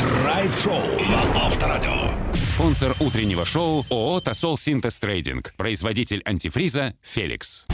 Драйв-шоу на Авторадио. Спонсор утреннего шоу ООО «Тосол Синтез Трейдинг». Производитель антифриза «Феликс».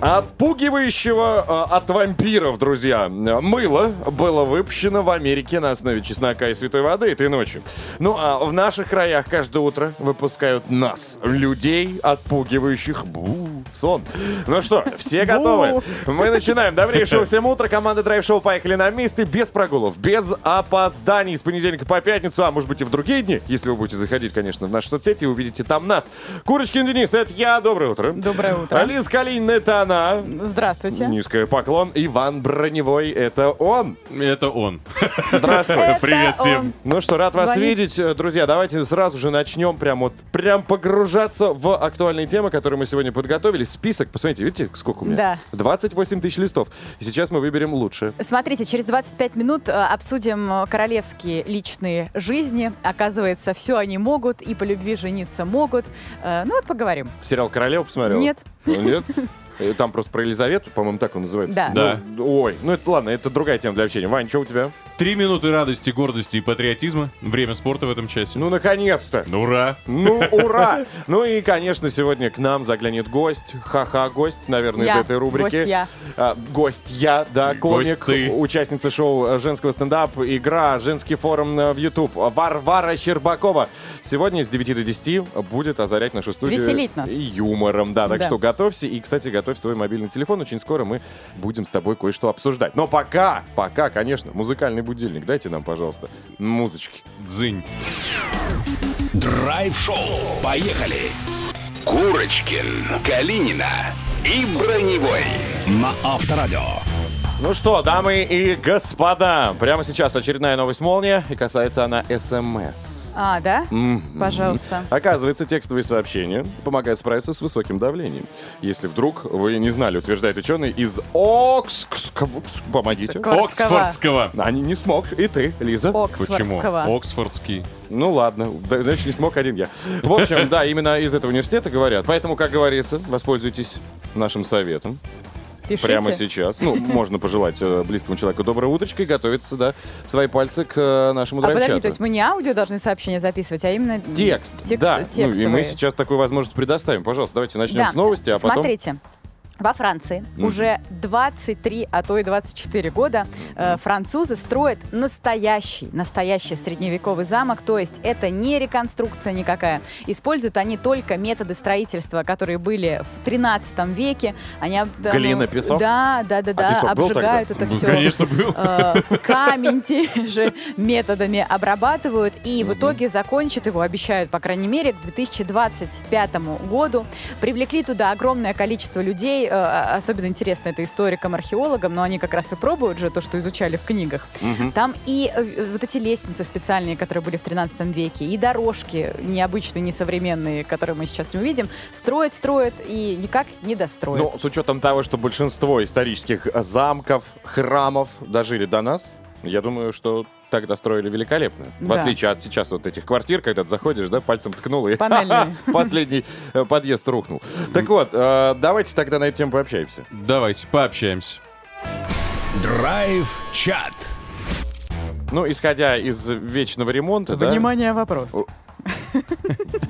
Отпугивающего э, от вампиров, друзья, э, мыло было выпущено в Америке на основе чеснока и святой воды этой ночи. Ну а в наших краях каждое утро выпускают нас, людей, отпугивающих бу сон. Ну что, все готовы? Мы начинаем. Добрейшего всем утра. Команда Драйв Шоу поехали на месте без прогулов, без опозданий с понедельника по пятницу, а может быть и в другие дни, если вы будете заходить, конечно, в наши соцсети и увидите там нас. Курочкин Денис, это я. Доброе утро. Доброе утро. Алиса Калинина, это она. Здравствуйте. Низкий поклон. Иван Броневой, это он. Это он. Здравствуй. Это Привет всем. Ну что, рад вас Звонит. видеть. Э, Друзья, давайте сразу же начнем прям вот, прям погружаться в актуальные темы, которые мы сегодня подготовили. Список, посмотрите, видите, сколько у меня? Да. 28 тысяч листов. И сейчас мы выберем лучше. Смотрите, через 25 минут э, обсудим э, королевские личные жизни. Оказывается, все они могут, и по любви жениться могут. Э, Ну вот поговорим. Сериал «Королева» посмотрел? Ну, Нет. Нет? Э, Там просто про Елизавету, по-моему, так он называется. Да. Ну, Да. Ой, ну это ладно, это другая тема для общения. Вань, что у тебя? Три минуты радости, гордости и патриотизма. Время спорта в этом часе. Ну, наконец-то! Ну, Ура! Ну, ура! Ну и, конечно, сегодня к нам заглянет гость. Ха-ха, гость, наверное, Я. из этой рубрики. Гость я. А, гость я, да, комик, Гость ты. участница шоу э, женского стендап, игра, женский форум на- в YouTube. Варвара Щербакова. Сегодня с 9 до 10 будет озарять нашу студию. Веселить нас. Юмором, да. Так Да. что готовься. И, кстати, готовь свой мобильный телефон. Очень скоро мы будем с тобой кое-что обсуждать. Но пока, пока, конечно, музыкальный будильник. Дайте нам, пожалуйста, музычки. Дзынь. Драйв-шоу. Поехали. Курочкин, Калинина и Броневой на Авторадио. Ну что, дамы и господа, прямо сейчас очередная новость молния, и касается она СМС. А, да? Пожалуйста. Оказывается, текстовые сообщения помогают справиться с высоким давлением. Если вдруг вы не знали, утверждает ученый из Окск... Помогите. а? Кор- Скова. Оксфордского. Они не смог, и ты, Лиза. Почему? Оксфордского. Оксфордский. Ну ладно, да, значит, не смог один я. В общем, да, именно из этого университета говорят. Поэтому, как говорится, воспользуйтесь нашим советом. Пишите. Прямо сейчас. Ну, можно пожелать э, близкому человеку доброй утрочки, готовиться, да, свои пальцы к э, нашему А подожди, драйв-чату. то есть мы не аудио должны сообщения записывать, а именно м, Текст, текст да. Ну, и мы текстовые. сейчас такую возможность предоставим. Пожалуйста, давайте начнем Да. с новости, а потом... Смотрите. Во Франции уже 23, а то и 24 года э, французы строят настоящий, настоящий средневековый замок. То есть это не реконструкция никакая. Используют они только методы строительства, которые были в 13 веке. Они об- там, Глина, песок? А Да, да, да, да. песок был обжигают тогда? это все. Ну, Конечно, был. Э, камень теми же методами обрабатывают и в итоге закончат его, обещают, по крайней мере, к 2025 году. Привлекли туда огромное количество людей, э, особенно интересно это историкам, археологам, но они как раз и пробуют же то, что изучали в книгах. Там и э, вот эти лестницы специальные, которые были в 13 веке, и дорожки необычные, несовременные, которые мы сейчас не увидим, строят, строят и никак не достроят. Ну, с учетом того, что большинство исторических э, замков, храмов дожили до нас, я думаю, что тогда строили великолепно. В Да. отличие от сейчас вот этих квартир, когда ты заходишь, да, пальцем ткнул и Панельные. последний э, подъезд рухнул. Так вот, э, давайте тогда на эту тему пообщаемся. Давайте пообщаемся. Драйв-чат. Ну, исходя из вечного ремонта, да, Внимание, вопрос.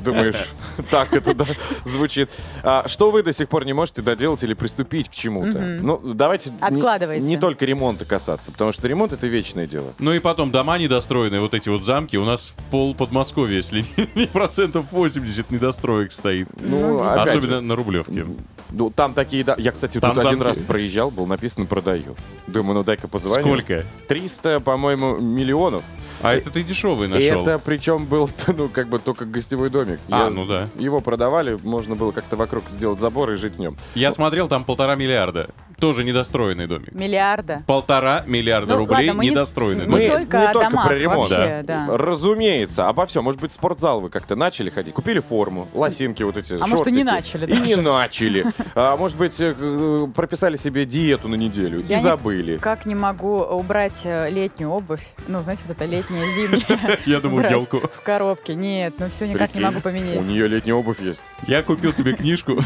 думаешь, так это да, звучит. А, Что вы до сих пор не можете доделать или приступить к чему-то? Ну, давайте не- Откладывайте. не только ремонта касаться, потому что ремонт — это вечное дело. Ну и потом, дома недостроенные, вот эти вот замки. У нас пол Подмосковья, если не процентов 80 недостроек стоит. Ну, опять же. Особенно на Рублевке. Ну, там такие, да. Я, кстати, Там тут один замки. раз проезжал, был написано «продаю». Думаю, ну дай-ка позвоню. Сколько? 300, по-моему, миллионов. А это ты дешевый И нашел. это причем был, ну, как бы только гостевой домик. А, ну да. Его продавали, можно было как-то вокруг сделать забор и жить в нем. Я смотрел, там полтора миллиарда. Тоже недостроенный домик. Миллиарда. Полтора миллиарда Ну, рублей ладно, мы не- недостроенный Не домик. только не о только домах про ремонт. вообще, Да. да. Разумеется, обо всем. Может быть, в спортзал вы как-то начали ходить, купили форму, лосинки вот эти, А может, и не шортики. начали И не даже. начали. А может быть, э, э, прописали себе диету на неделю Я и не- забыли. Как не могу убрать э, летнюю обувь? Ну, знаете, вот это летняя, зимняя. Я думал, убрать елку. В коробке. Нет, ну все никак не Прикинь, могу У поменять. нее летняя обувь есть. Я купил себе книжку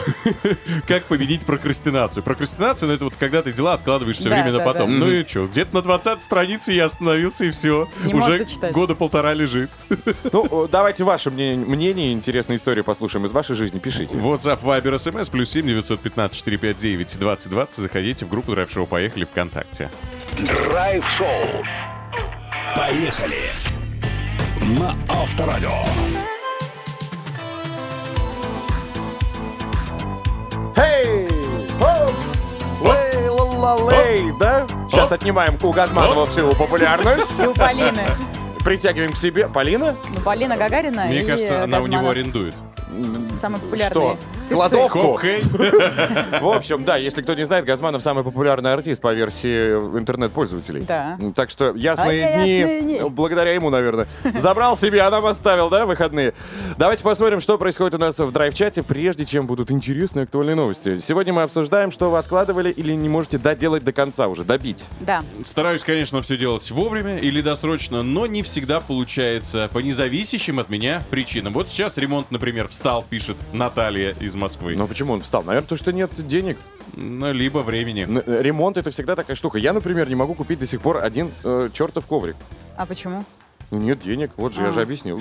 «Как победить прокрастинацию». Прокрастинация, ну это это вот когда ты дела откладываешь все Да, время на да, потом. да. Ну и что? Где-то на 20 странице я остановился и все. Не можешь Уже дочитать. года полтора лежит. Ну, э, давайте ваше мнение, мнение, интересные истории послушаем из вашей жизни. Пишите. WhatsApp, Viber, SMS, плюс 7 915 459 2020. Заходите в группу Drive Show Поехали ВКонтакте. Драйв-шоу. Поехали. На Авторадио. Эй! О! Лей, ла-ла-лей, да? Сейчас отнимаем у Газманова всю популярность, И у Полины. притягиваем к себе. Полина? Ну, Полина Гагарина Мне и кажется, она у него Газманов арендует. самые Что? популярные. певцы. Кладовку? Кокхей. В общем, да, если кто не знает, Газманов самый популярный артист по версии интернет-пользователей. Да. Так что ясные А дни, Ну, ясные дни. благодаря ему, наверное. Забрал себе, а нам оставил, да, выходные. Давайте посмотрим, что происходит у нас в драйв-чате, прежде чем будут интересные актуальные новости. Сегодня мы обсуждаем, что вы откладывали или не можете доделать до конца уже, добить. Да. Стараюсь, конечно, все делать вовремя или досрочно, но не всегда получается по независящим от меня причинам. Вот сейчас ремонт, например, встал, пишет Наталья из Москвы. Но почему он встал? Наверное, то, что нет денег. Ну, либо времени. Н- э, Ремонт это всегда такая штука. Я, например, не могу купить до сих пор один э, чертов коврик. А почему? Ну, Нет денег, вот же, я же объяснил.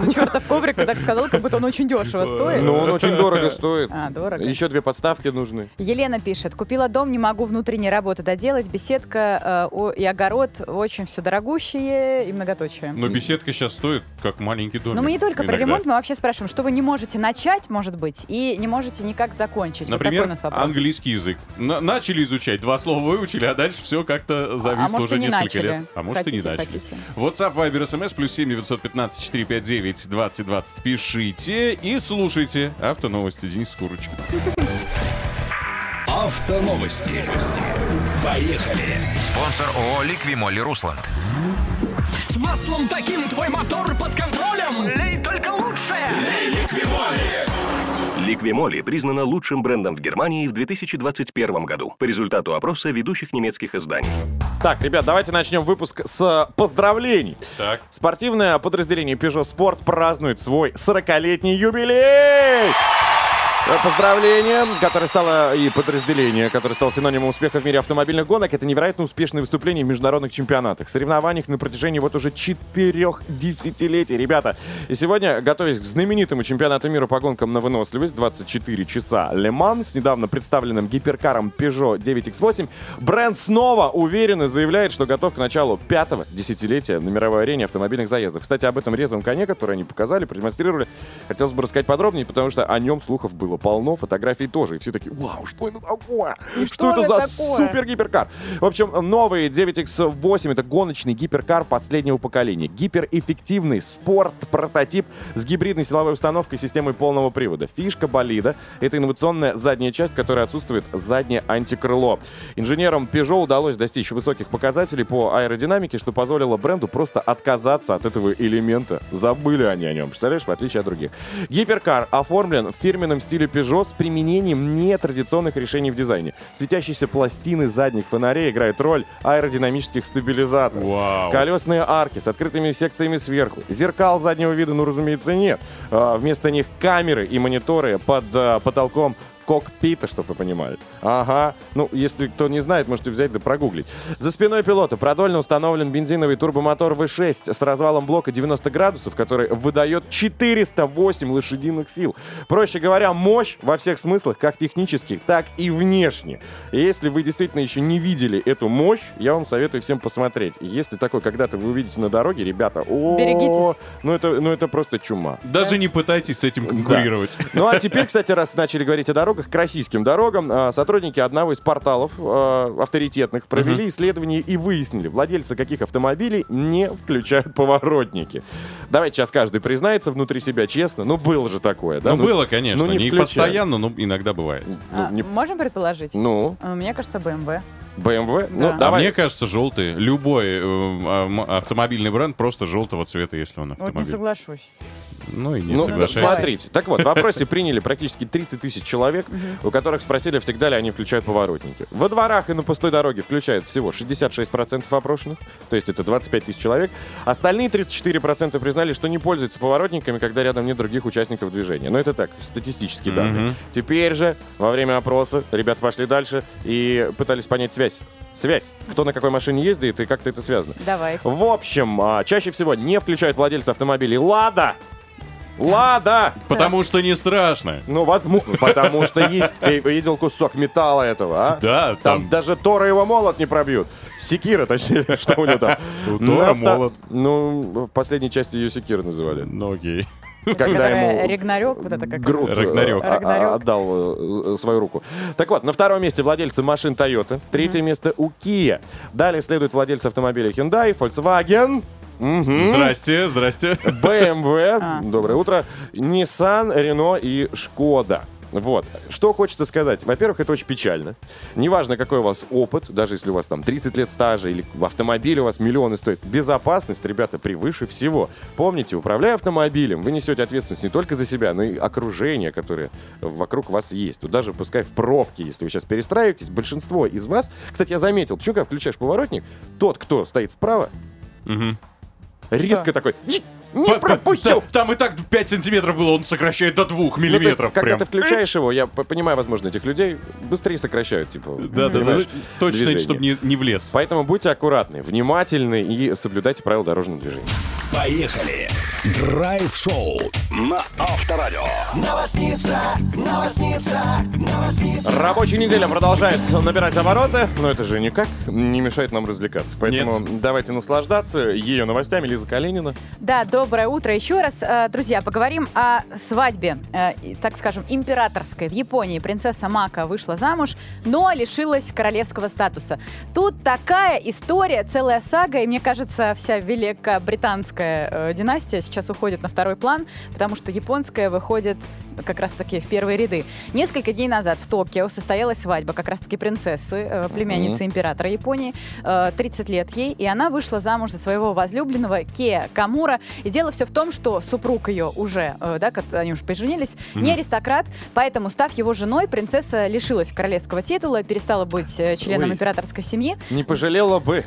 Ну, чертов коврик, ты так сказал, как будто он очень дешево стоит. Ну, Но Ну, он очень дорого стоит. А, дорого. Еще две подставки нужны. Елена пишет, купила дом, не могу внутренней работы доделать, беседка э, о- и огород очень все дорогущие и многоточие. Но беседка сейчас стоит, как маленький домик. Но Ну, мы не только про иногда. ремонт, мы вообще спрашиваем, что вы не можете начать, может быть, и не можете никак закончить. Вот такой у Например, нас вопрос. английский язык. На- начали изучать, два слова выучили, а дальше все как-то зависло может, уже и не несколько начали. лет. А может, и не Хотите, начали. хотите. WhatsApp, Viber, SMS, плюс 7 915 459 2020. Пишите и слушайте автоновости Денис Курочкин. Автоновости. Поехали. Спонсор ООО «Ликвимолли Русланд». С маслом таким твой мотор под контролем. Лей только лучшее. Ликвимоли признана лучшим брендом в Германии в 2021 году по результату опроса ведущих немецких изданий. Так, ребят, давайте начнем выпуск с э, поздравлений. Так. Спортивное подразделение Peugeot Sport празднует свой 40-летний юбилей! Э, Поздравление, которое стало и подразделение, которое стало синонимом успеха в мире автомобильных гонок, это невероятно успешные выступления в международных чемпионатах, соревнованиях на протяжении вот уже четырех десятилетий, ребята. И сегодня, готовясь к знаменитому чемпионату мира по гонкам на выносливость, 24 часа Ле Ман с недавно представленным гиперкаром Peugeot 9X8, бренд снова уверенно заявляет, что готов к началу пятого десятилетия на мировой арене автомобильных заездов. Кстати, об этом резвом коне, который они показали, продемонстрировали, хотелось бы рассказать подробнее, потому что о нем слухов было полно, фотографий тоже. И все такие, вау, что это такое? что это же за такое?» супер-гиперкар? В общем, новый 9X8 — это гоночный гиперкар последнего поколения. Гиперэффективный спорт-прототип с гибридной силовой установкой и системой полного привода. Фишка болида — это инновационная задняя часть, в которой отсутствует заднее антикрыло. Инженерам Peugeot удалось достичь высоких показателей по аэродинамике, что позволило бренду просто отказаться от этого элемента. Забыли они о нем, представляешь, в отличие от других. Гиперкар оформлен в фирменном стиле Peugeot с применением нетрадиционных решений в дизайне. Светящиеся пластины задних фонарей играют роль аэродинамических стабилизаторов. Вау. Колесные арки с открытыми секциями сверху. Зеркал заднего вида, ну, разумеется, нет. А, вместо них камеры и мониторы под а, потолком кокпита, чтобы вы понимали. Ага. Ну, если кто не знает, можете взять да прогуглить. За спиной пилота продольно установлен бензиновый турбомотор V6 с развалом блока 90 градусов, который выдает 408 лошадиных сил. Проще говоря, мощь во всех смыслах, как технических, так и внешне. И если вы действительно еще не видели эту мощь, я вам советую всем посмотреть. И Если такой когда-то вы увидите на дороге, ребята, о, Берегитесь. ну это, ну это просто чума. Даже не пытайтесь с этим конкурировать. Ну а теперь, кстати, раз начали говорить о дорогах, к российским дорогам, а, сотрудники одного из порталов а, авторитетных провели исследование и выяснили, владельцы каких автомобилей не включают поворотники. Давайте сейчас каждый признается внутри себя честно. Ну было же такое, да? Ну, было, конечно, ну, не не, включай. постоянно, но иногда бывает. Ну, А, не- Можем предположить? ну, Э, Мне кажется, BMW. BMW. Да. Ну, А А давай. мне кажется, желтый, любой э, м- автомобильный бренд просто желтого цвета, если он Вот не автомобиль. соглашусь. Ну и не Ну, да, соглашайся. смотрите. Так вот, в опросе приняли практически 30 тысяч человек, у которых спросили, всегда ли они включают поворотники. Во дворах и на пустой дороге включают всего 66% опрошенных, то есть это 25 тысяч человек. Остальные 34% признали, что не пользуются поворотниками, когда рядом нет других участников движения. Но это так, статистические данные. Теперь же, во время опроса, ребята пошли дальше и пытались понять связь. Связь. Кто на какой машине ездит и как-то это связано. Давай. В общем, а, чаще всего не включают владельцы автомобилей «Лада». «Лада». Потому что не страшно. Ну, возможно, потому что есть, ты видел кусок металла этого, а? Да, Там там- даже Тора его молот не пробьют. Секира, точнее, что у него там. Тора На авто- молот. Ну, в последней части ее Секира называли. Ну окей. Когда Которая ему Рагнарёк, вот это как... Грут э, Рагнарёк. а- а- Рагнарёк. отдал э, свою руку. Так вот, на втором месте владельцы машин Toyota, третье место у Kia. Далее следуют владельцы автомобилей Hyundai, Volkswagen, Здрасте, здрасте. BMW, доброе утро, Nissan, Renault и Шкода. Вот. Что хочется сказать. Во-первых, это очень печально. Неважно, какой у вас опыт, даже если у вас там 30 лет стажа или в автомобиле у вас миллионы стоит. Безопасность, ребята, превыше всего. Помните, управляя автомобилем, вы несете ответственность не только за себя, но и окружение, которое вокруг вас есть. Тут даже пускай в пробке, если вы сейчас перестраиваетесь, большинство из вас... Кстати, я заметил, почему, когда включаешь поворотник, тот, кто стоит справа, резко такой... «Ди, Не П- п- пропустил! та- Там и так 5 сантиметров было, он сокращает до 2 Ну, то есть, миллиметров когда прям. ты включаешь его, я п- понимаю, возможно, этих людей быстрее сокращают, типа. Да, да, да. понимаешь, Точно, движение. чтобы не, не влез. Поэтому будьте аккуратны, внимательны и соблюдайте правила дорожного движения. Поехали! Драйв-шоу на Авторадио. Новосница, новосница, новосница. Рабочая неделя продолжает набирать обороты, но это же никак не мешает нам развлекаться. Поэтому давайте наслаждаться ее новостями. Лиза Калинина. Да, доброе утро еще раз. Э, Друзья, поговорим о свадьбе, э, и, так скажем, императорской. В Японии принцесса Мака вышла замуж, но лишилась королевского статуса. Тут такая история, целая сага, и мне кажется, вся великобританская э, династия сейчас уходит на второй план, потому что японская выходит как раз-таки в первые ряды. Несколько дней назад в Токио состоялась свадьба как раз-таки принцессы, э, племянницы императора Японии, Э, 30 лет ей, и она вышла замуж за своего возлюбленного Кея Камура. И дело все в том, что супруг ее уже, э, да, как- они уже поженились, не аристократ, поэтому, став его женой, принцесса лишилась королевского титула, перестала быть э, членом Ой. императорской семьи. Не пожалела бы.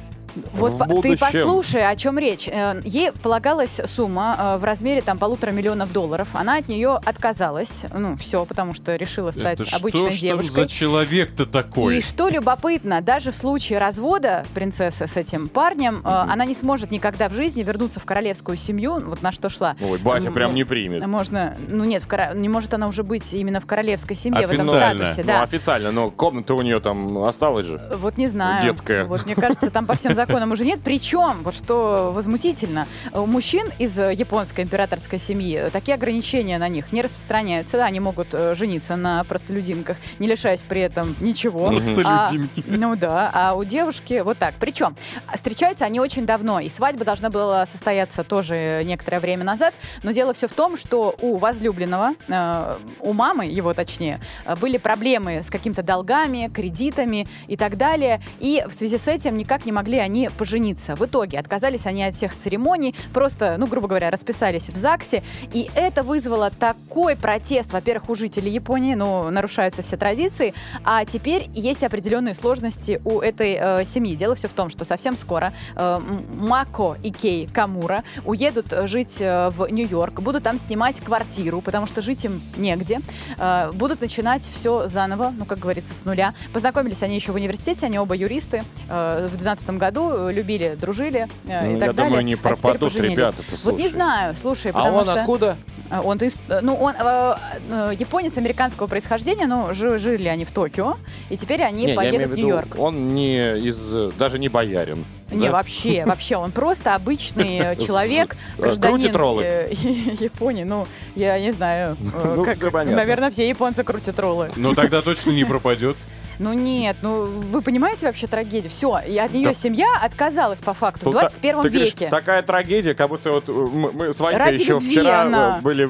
Вот в по- ты будущем. послушай, о чем речь. Э, Ей полагалась сумма э, в размере там полутора миллионов долларов. Она от нее отказалась. Ну, все, потому что решила стать Это обычной что ж там девушкой. за человек-то такой? И что любопытно, даже в случае развода принцессы с этим парнем, э, она не сможет никогда в жизни вернуться в королевскую семью, Ну, вот на что шла. Ой, батя М, прям не примет. Можно, ну нет, в кора- не может она уже быть именно в королевской семье, в этом Официально. статусе. Ну, Да. Э, официально, но комната у нее там осталась же. Вот не знаю. Детская. Вот мне кажется, там по всем законам уже нет. Причем, вот что возмутительно, у мужчин из э, японской императорской семьи э, такие ограничения на них не распространяются. Да, они могут э, жениться на простолюдинках, не лишаясь при этом ничего. Простолюдинки. А, ну да, а у девушки вот так. Причем встречаются они очень давно, и свадьба должна была состояться тоже некоторое время назад. Но дело все в том, что у возлюбленного, э, у мамы его точнее, э, были проблемы с какими-то долгами, кредитами и так далее. И в связи с этим никак не могли они пожениться. В итоге отказались они от всех церемоний, просто, ну, грубо говоря, расписались в ЗАГСе. И это вызвало такой протест, во-первых, у жителей Японии, ну, нарушаются все традиции, а теперь есть определенные сложности у этой э, семьи. Дело все в том, что совсем скоро э, М- Мако и Кей Камура уедут э, жить э, в Нью-Йорк, будут там снимать квартиру, потому что жить им негде. Э, будут начинать все заново, ну, как говорится, с нуля. Познакомились они еще в университете, они оба юристы. Э, в 2012 году э, любили, дружили э, Ну, и так далее. я думаю, не а теперь пропадут поженились. ребята-то, Вот слушай. не знаю, слушай, А потому он что... откуда? А Он, из- ну, он э, э, японец американского происхождения, но жи- жили они в Токио, и теперь они Не, я поедут имею в в виду, Нью-Йорк. Он не из... э, Даже не боярин. Не, Да? вообще, вообще, он просто обычный э, человек, С- э, гражданин крутит роллы. э, Японии. Ну, я не знаю, э, Ну, как- всё понятно. наверное, все японцы крутят роллы. Ну тогда точно не пропадет. Ну нет, ну вы понимаете вообще трагедию? Все, и от нее семья отказалась по факту в Тут та- 21 ты говоришь, веке. такая трагедия, как будто вот э, мы, мы с Ванькой Ради еще любви вчера э, она были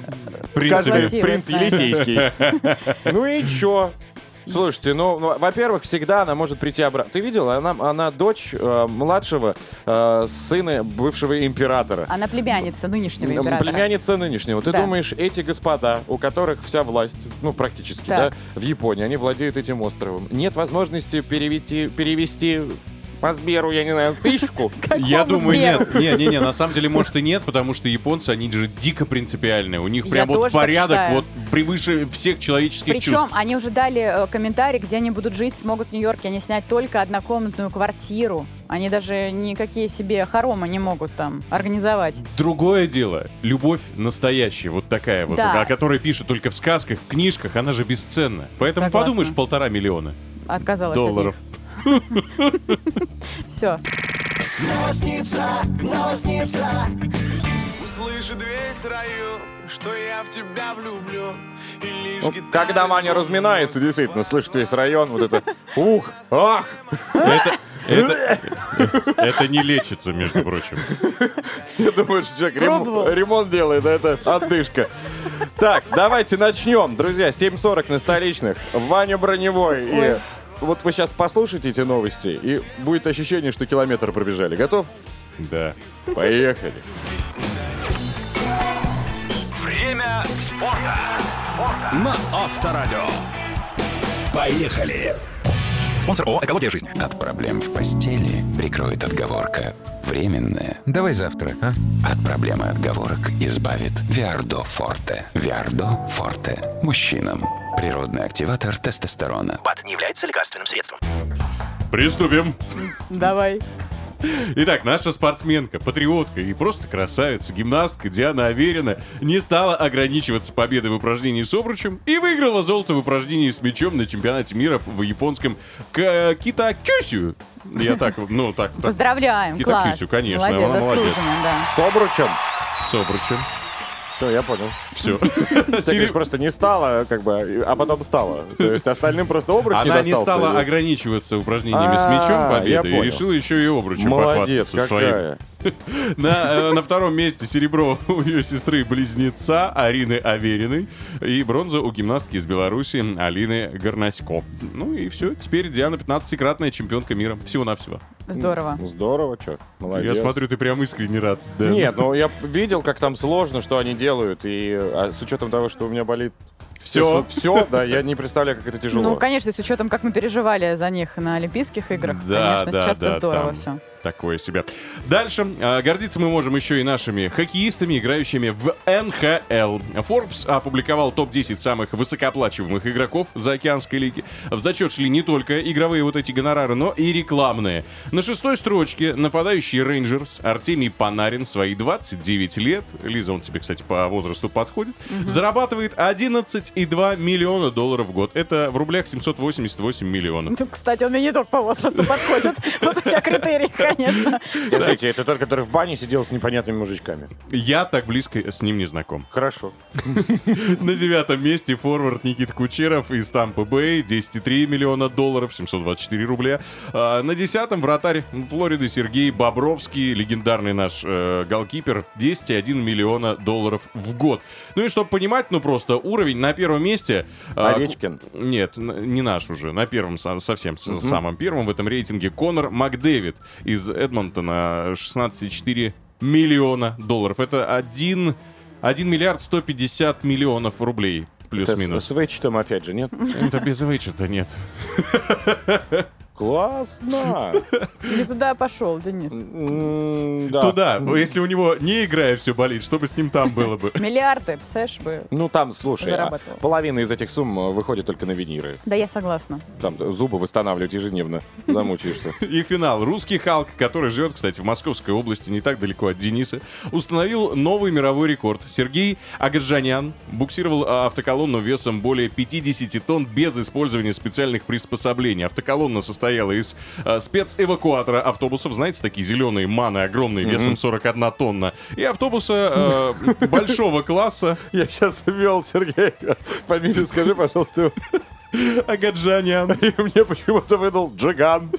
принципе. сказали, принц Согласилась, Елисейский. Ну и чё? Слушайте, ну, ну, во-первых, всегда она может прийти обратно. Ты видела? Она, она дочь э, младшего э, сына бывшего императора. Она племянница нынешнего М, императора. Племянница нынешнего. Ты Да. думаешь, эти господа, у которых вся власть, ну, практически, Так. да, в Японии, они владеют этим островом. Нет возможности перевести, перевести по Сберу, я не знаю, тысячку. Я Какому думаю, Сберу? нет. Не, не, не, на самом деле, может, и нет, потому что японцы, они же дико принципиальные. У них Я прям вот тоже так порядок считаю. вот превыше всех человеческих Причем чувств. они уже дали э, комментарий, где они будут жить, смогут в Нью-Йорке. Они снять только однокомнатную квартиру. Они даже никакие себе хоромы не могут там организовать. Другое дело, любовь настоящая, вот такая вот, Да. о которой пишут только в сказках, в книжках, она же бесценна. Поэтому Согласна. подумаешь, полтора миллиона Отказалась долларов. от них. Все. Слышит весь район, что я в тебя влюблю. И лишь Ну, гитара Когда Маня звонит разминается, в действительно, слышит весь район, вот это ух, ах, Это это не лечится, между прочим. все думают, что человек рем- Пробовал. ремонт делает, а это отдышка. Так, давайте начнем, друзья, 7.40 на столичных, Ваня Броневой и... Вот вы сейчас послушайте эти новости, и будет ощущение, что километр пробежали. Готов? Да. Поехали. На Авторадио. Поехали. Спонсор ООО «Экология жизни». От проблем в постели прикроет отговорка. Временная. Давай завтра, а? От проблемы отговорок избавит Виардо Форте. Виардо Форте. Мужчинам. Природный активатор тестостерона. Приступим. Давай. Итак, наша спортсменка, патриотка и просто красавица, гимнастка Диана Аверина не стала ограничиваться победой в упражнении с обручем и выиграла золото в упражнении с мячом на чемпионате мира в японском Китакюсю. Я так, ну так, так, Поздравляем, Кита класс. Кюсю, конечно, Молодец, она молодец. заслуженно, да. С обручем. с обручем. Все, я понял. Все. Ты говоришь, просто не стало, как бы, а потом стало. То есть остальным просто обруч Она не достался. стала ограничиваться упражнениями с А, мячом я победы понял. и решила еще и обручем Молодец, похвастаться своим. какая. На, э, на втором месте серебро у ее сестры-близнеца Арины Авериной и бронза у гимнастки из Беларуси Алины Горнасько. Ну и все, теперь Диана 15-кратная чемпионка мира. Всего-навсего. Здорово. Ну, Ну, Здорово, чё. Молодец. Я смотрю, ты прям искренне рад. да? Нет, ну я видел, как там сложно, что они делают, и а, с учетом того, что у меня болит Всё. все, да, я не представляю, как это тяжело. Ну, конечно, с учетом, как мы переживали за них на Олимпийских играх, Да, конечно, да, сейчас да, это здорово там все. Такое себе. Дальше. э, Гордиться мы можем еще и нашими хоккеистами, играющими в НХЛ. Forbes опубликовал топ-10 самых высокооплачиваемых игроков заокеанской лиги. В зачет шли не только игровые вот эти гонорары, но и рекламные. На шестой строчке нападающий Рейнджерс Артемий Панарин, свои 29 лет. Лиза, он тебе, кстати, по возрасту подходит. Зарабатывает 11,2 миллиона долларов в год. Это в рублях 788 миллионов. Ну, Кстати, он мне не только по возрасту подходит. Вот у тебя критерии, конечно. Подождите, это тот, который в бане сидел с непонятными мужичками. Я так близко с ним не знаком. Хорошо. На девятом месте форвард Никит Кучеров из Тампы Бэй. 10,3 миллиона долларов, 724 рубля. А на десятом вратарь Флориды Сергей Бобровский, легендарный наш э, голкипер. 10,1 миллиона долларов в год. Ну и чтобы понимать, ну просто уровень на первом месте... а, Овечкин. нет, н- не наш уже. На первом, со- совсем с- самом первом в этом рейтинге Конор Макдэвид из Эдмонтона 16,4 миллиона долларов. Это 1, 1 миллиард 150 миллионов рублей. Это с, Плюс-минус. с вычетом опять же, нет? Это без вычета, нет. Классно. Не туда пошел, Денис. М, да. Туда. Если у него не играя все болит, что бы с ним там было бы? Миллиарды, псэш бы. Ну там, слушай, а, Зарабатывал. половина из этих сумм э, выходит только на виниры. Да, я согласна. Там э, зубы восстанавливать ежедневно. Замучаешься. И финал. Русский Халк, который живет, кстати, в Московской области, не так далеко от Дениса, установил новый мировой рекорд. Сергей Агаджанян буксировал а, автоколонну весом более 50 тонн без использования специальных приспособлений. Автоколонна состояла из а, спецэвакуатора автобусов, знаете, такие зеленые маны огромные, весом 41 тонна, и автобуса э, большого класса Я сейчас ввел, Сергей. Фамилию скажи, пожалуйста. Агаджанян. И мне почему-то выдал Джиган.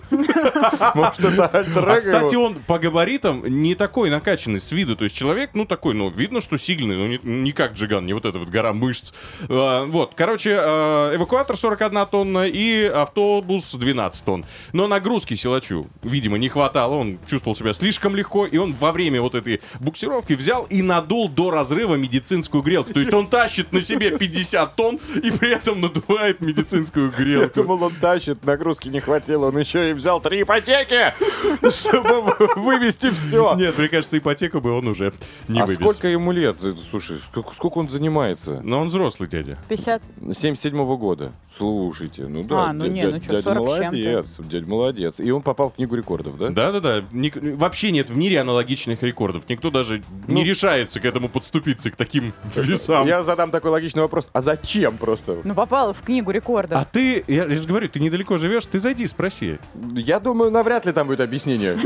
Может, это альтер А, кстати, он по габаритам не такой накачанный с виду. То есть человек, ну, такой, ну, видно, что сильный, но не, не как Джиган, не вот эта вот гора мышц. А, вот, короче, а, эвакуатор 41 тонна и автобус 12 тонн. Но нагрузки силачу, видимо, не хватало. Он чувствовал себя слишком легко, и он во время вот этой буксировки взял и надул до разрыва медицинскую грелку. То есть он тащит на себе 50 тонн и при этом надувает медицинскую Я грелку. думал, он тащит, нагрузки не хватило, он еще и взял три ипотеки, чтобы вывести все. Нет, мне кажется, ипотеку бы он уже не А вывез. сколько ему лет? Э, Слушай, сколько, сколько он занимается? Но он взрослый дядя. 50. 77-го года. Слушайте, ну да. А, ну дя- не, дя- ну чё, дядя 40 с чем-то. молодец, дядя молодец. И он попал в книгу рекордов, да? Да-да-да. Ник- Вообще нет в мире аналогичных рекордов. Никто даже не решается к этому подступиться, к таким весам. Я задам такой логичный вопрос. А зачем просто? Ну, попала в книгу А рекордов. ты, я, я же говорю, ты недалеко живешь, ты зайди, спроси. Я думаю, навряд ли там будет объяснение.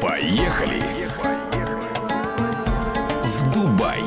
Поехали! В Дубай!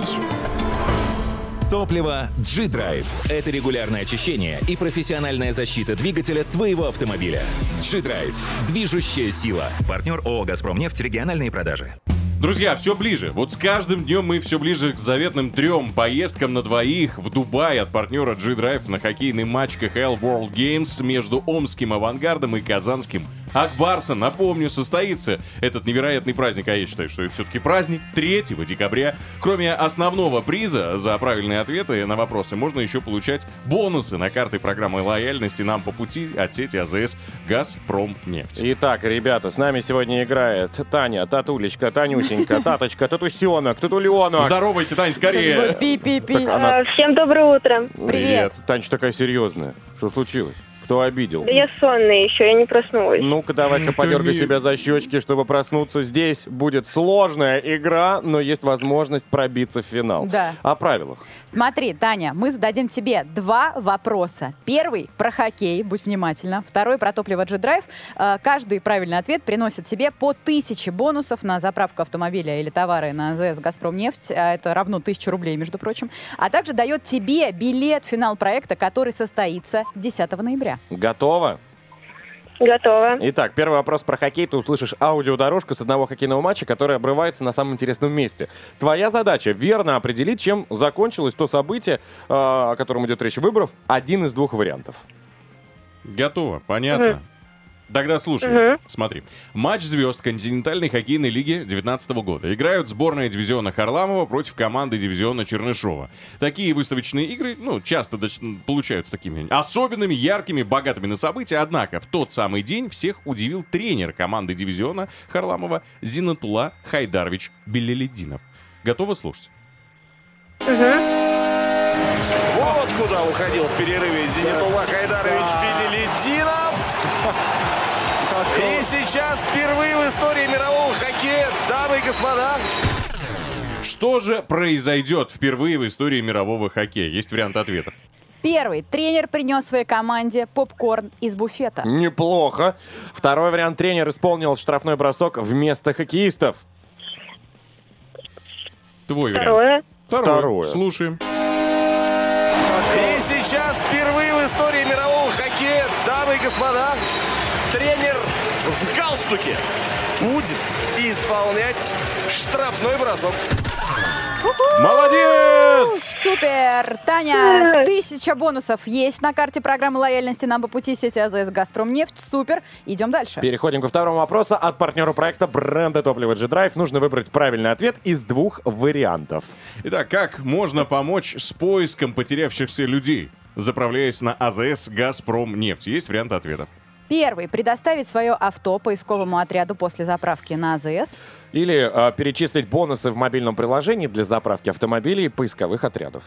Топливо G-Drive. Это регулярное очищение и профессиональная защита двигателя твоего автомобиля. G-Drive. Движущая сила. Партнер ООО «Газпромнефть» региональные продажи. Друзья, все ближе. Вот с каждым днем мы все ближе к заветным трем поездкам на двоих в Дубай от партнера G-Drive на хоккейный матч КХЛ World Games между омским авангардом и казанским Акбарсом. Напомню, состоится этот невероятный праздник, а я считаю, что это все-таки праздник, 3 декабря. Кроме основного приза за правильные ответы на вопросы, можно еще получать бонусы на карты программы лояльности нам по пути от сети АЗС «Газпромнефть». Итак, ребята, с нами сегодня играет Таня, Татулечка, Танюсенька, Таточка, Татусенок, Татуленок. Здоровайся, Тань, скорее! Пи-пи-пи. Она- Э, Всем доброе утро. Привет. Танечка такая серьезная. Что случилось? Кто обидел? Да я сонная еще, я не проснулась. Ну-ка, давай-ка подергай себя за щечки, чтобы проснуться. Здесь будет сложная игра, но есть возможность пробиться в финал. Да. О правилах. Смотри, Таня, мы зададим тебе два вопроса. Первый про хоккей, будь внимательна. Второй про топливо G-Drive. Э, Каждый правильный ответ приносит тебе по тысяче бонусов на заправку автомобиля или товары на АЗС «Газпромнефть». А Это равно тысячу рублей, между прочим. А также дает тебе билет в финал проекта, который состоится 10 ноября. Готово? Готова. Итак, первый вопрос про хоккей. Ты услышишь аудиодорожку с одного хоккейного матча, которая обрывается на самом интересном месте. Твоя задача верно определить, чем закончилось то событие, э, о котором идет речь, выбрав один из двух вариантов. Готово, понятно. Тогда слушай, смотри. Матч звезд континентальной хоккейной лиги 2019 года. Играют сборная дивизиона Харламова против команды дивизиона Чернышова. Такие выставочные игры, ну, часто доч- получаются такими особенными, яркими, богатыми на события. Однако в тот самый день всех удивил тренер команды дивизиона Харламова Зинатула Хайдарович Белелединов. Готовы слушать? Вот куда уходил в перерыве Зенитула Хайдарович Белелединов. И сейчас впервые в истории мирового хоккея, дамы и господа, Что же произойдет впервые в истории мирового хоккея? Есть вариант ответов. Первый. Тренер принес своей команде попкорн из буфета. Неплохо. Второй вариант. Тренер исполнил штрафной бросок вместо хоккеистов. Твой вариант. Второе. Второе. Слушаем. И сейчас впервые в истории мирового хоккея, дамы и господа, тренер в галстуке будет исполнять штрафной бросок. Молодец! Супер! Таня, тысяча бонусов есть на карте программы лояльности нам по пути сети АЗС «Газпромнефть». Супер! Идем дальше. Переходим ко второму вопросу. От партнера проекта бренда топлива G-Drive нужно выбрать правильный ответ из двух вариантов. Итак, как можно помочь с поиском потерявшихся людей, заправляясь на АЗС «Газпром» нефть? Есть вариант ответов. Первый. Предоставить свое авто поисковому отряду после заправки на АЗС. Или э, перечислить бонусы в мобильном приложении для заправки автомобилей и поисковых отрядов.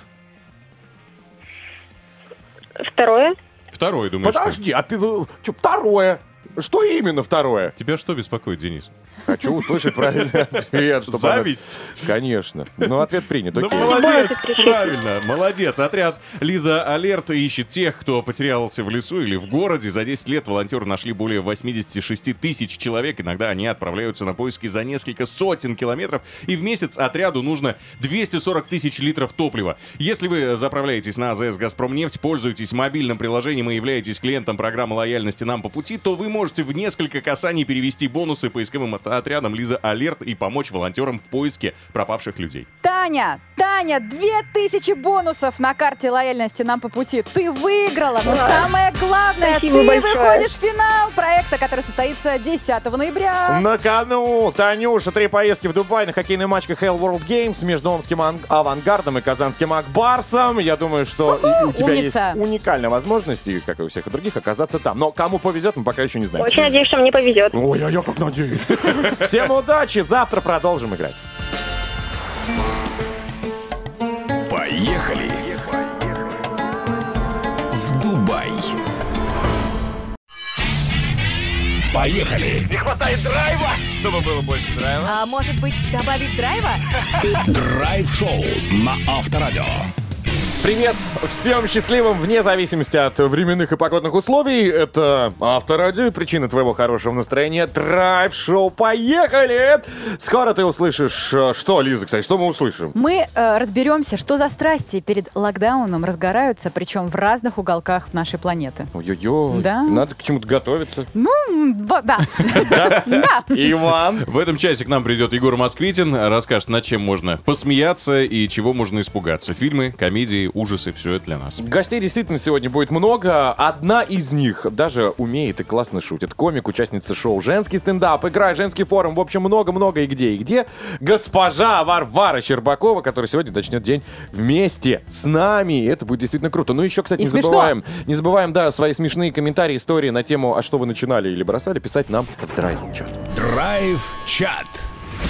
Второе. Второй, думаю, Ну Подожди, а пи- э, чё, второе? Что именно второе? Тебя что беспокоит, Денис? Хочу услышать правильный ответ. чтобы она- Зависть? Конечно. Ну, ответ принят, Ну, окей. молодец, правильно, молодец. Отряд Лиза Алерт ищет тех, кто потерялся в лесу или в городе. За 10 лет волонтеры нашли более 86 тысяч человек. Иногда они отправляются на поиски за несколько сотен километров. И в месяц отряду нужно 240 тысяч литров топлива. Если вы заправляетесь на АЗС «Газпромнефть», пользуетесь мобильным приложением и являетесь клиентом программы лояльности «Нам по пути», то вы можете в несколько касаний перевести бонусы поисковым от- отрядам Лиза Алерт и помочь волонтерам в поиске пропавших людей. Таня, Таня, 2000 бонусов на карте лояльности нам по пути. Ты выиграла, но Ура. самое главное, Спасибо ты большое. выходишь в финал проекта, который состоится 10 ноября. На кону, Танюша, три поездки в Дубай на хоккейный матч КХЛ World Games между омским Ан- авангардом и казанским Акбарсом. Я думаю, что и- у тебя умница. есть уникальная возможность, и, как и у всех других, оказаться там. Но кому повезет, мы пока еще не знаем. Очень надеюсь, что мне повезет. Ой, а я как надеюсь. Всем удачи, завтра продолжим играть. Поехали! В Дубай! Поехали! Не хватает драйва! Чтобы было больше драйва. А может быть, добавить драйва? Драйв-шоу на Авторадио. Привет всем счастливым, вне зависимости от временных и погодных условий. Это Авторадио и причина твоего хорошего настроения. Драйв-шоу, поехали! Скоро ты услышишь... э, Что, Лиза, кстати, что мы услышим? Мы э, разберемся, что за страсти перед локдауном разгораются, причем в разных уголках нашей планеты. Ой-ой-ой, Да. надо к чему-то готовиться. Ну, м, во- да. Да. Иван. В этом часе к нам придет Егор Москвитин, расскажет, над чем можно посмеяться и чего можно испугаться. Фильмы, комедии, ужасы, все это для нас. Гостей действительно сегодня будет много. Одна из них даже умеет и классно шутит. Комик, участница шоу «Женский стендап», игра «Женский форум». В общем, много-много и где, и где. Госпожа Варвара Щербакова, которая сегодня начнет день вместе с нами. И Это будет действительно круто. Ну, еще, кстати, И не смешно. забываем, не забываем, да, свои смешные комментарии, истории на тему «А что вы начинали или бросали?» писать нам в драйв-чат. Драйв-чат.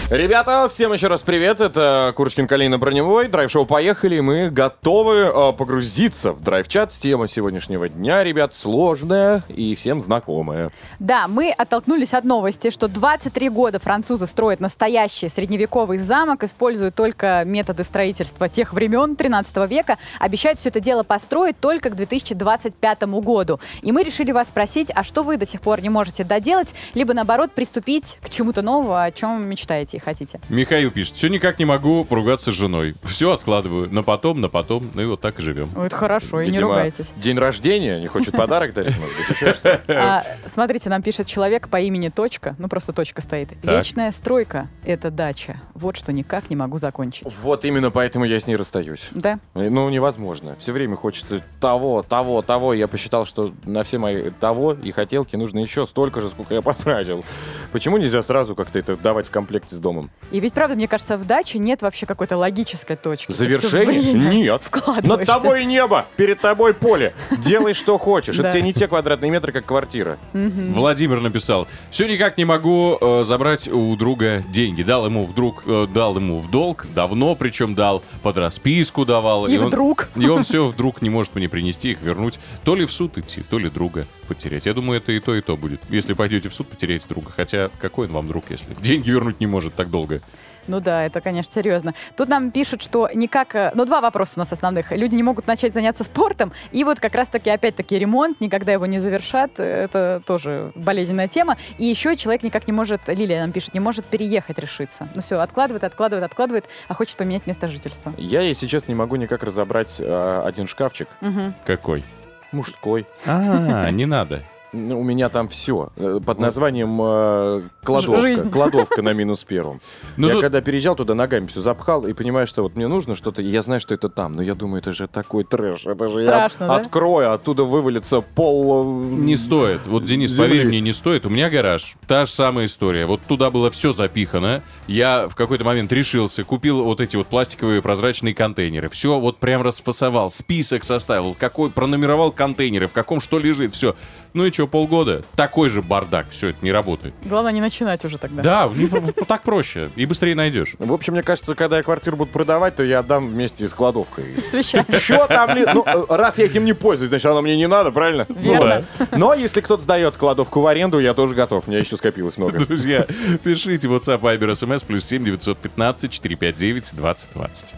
Ребята, всем еще раз привет. Это Курочкин Калина Броневой. Драйв-шоу «Поехали». Мы готовы э, погрузиться в драйв-чат. Тема сегодняшнего дня, ребят, сложная и всем знакомая. Да, мы оттолкнулись от новости, что 23 года французы строят настоящий средневековый замок, используют только методы строительства тех времен 13 века, обещают все это дело построить только к 2025 году. И мы решили вас спросить, а что вы до сих пор не можете доделать, либо наоборот приступить к чему-то новому, о чем мечтаете и хотите. Михаил пишет, все никак не могу поругаться с женой. Все откладываю на потом, на потом, ну и вот так и живем. Ой, Это хорошо, и не Видимо, ругайтесь. День рождения, не хочет подарок дарить, может быть, еще что-то. А, смотрите, нам пишет человек по имени Точка, ну просто точка стоит. Так. Вечная стройка — это дача. Вот что никак не могу закончить. Вот именно поэтому я с ней расстаюсь. Да. И, Ну, невозможно. Все время хочется того, того, того. Я посчитал, что на все мои того и хотелки нужно еще столько же, сколько я потратил. Почему нельзя сразу как-то это давать в комплекте с домом? И ведь, правда, мне кажется, в даче нет вообще какой-то логической точки. Ты всё Завершение? время Нет. Вкладываешься. Над тобой небо, перед тобой поле. Делай, что хочешь. Да. Это тебе не те квадратные метры, как квартира. Владимир написал, все никак не могу э, забрать у друга деньги. Дал ему вдруг, э, дал ему в долг, давно причем дал, под расписку давал. И вдруг. Он, и он все вдруг не может мне принести их вернуть. То ли в суд идти, то ли друга потерять. Я думаю, это и то, и то будет. Если пойдете в суд, потеряете друга. Хотя какой он вам друг, если деньги вернуть не может так долго? Ну да, это, конечно, серьезно. Тут нам пишут, что никак... э, Ну, два вопроса у нас основных. Люди не могут начать заняться спортом, и вот как раз-таки, опять-таки, ремонт, никогда его не завершат. э, Это тоже болезненная тема. И еще человек никак не может, Лилия нам пишет, не может переехать решиться. Ну все, откладывает, откладывает, откладывает, а хочет поменять место жительства. Я, если честно, не могу никак разобрать э, один шкафчик. Мгм. Какой? Мужской. А, не надо. Ну, У меня там все. Под названием э, кладовка. Ну. Жизнь. Кладовка на минус первом. Ну, я тут- когда переезжал туда, ногами все запхал и понимаю, что вот мне нужно что-то. и Я знаю, что это там, но я думаю, это же такой трэш. Это же Страшно, я да? открою, а оттуда вывалится пол. э, Не стоит. Вот, Денис, Земли. поверь мне, не стоит. У меня гараж. Та же самая история. Вот туда было все запихано. Я в какой-то момент решился, купил вот эти вот пластиковые прозрачные контейнеры. Все вот прям расфасовал, список составил, какой пронумеровал контейнеры, в каком что лежит, все. Ну и еще полгода. Такой же бардак, все это не работает. Главное не начинать уже тогда. Да, в- ну, так проще и быстрее найдешь. В общем, мне кажется, когда я квартиру буду продавать, то я отдам вместе с кладовкой. С вещами. Чё там? ли- Ну, э, раз я этим не пользуюсь, значит, оно мне не надо, правильно? Верно. Ну да. Но если кто-то сдает кладовку в аренду, я тоже готов. У меня еще скопилось много. Друзья, пишите WhatsApp, Viber, SMS, плюс 7 915 459 2020.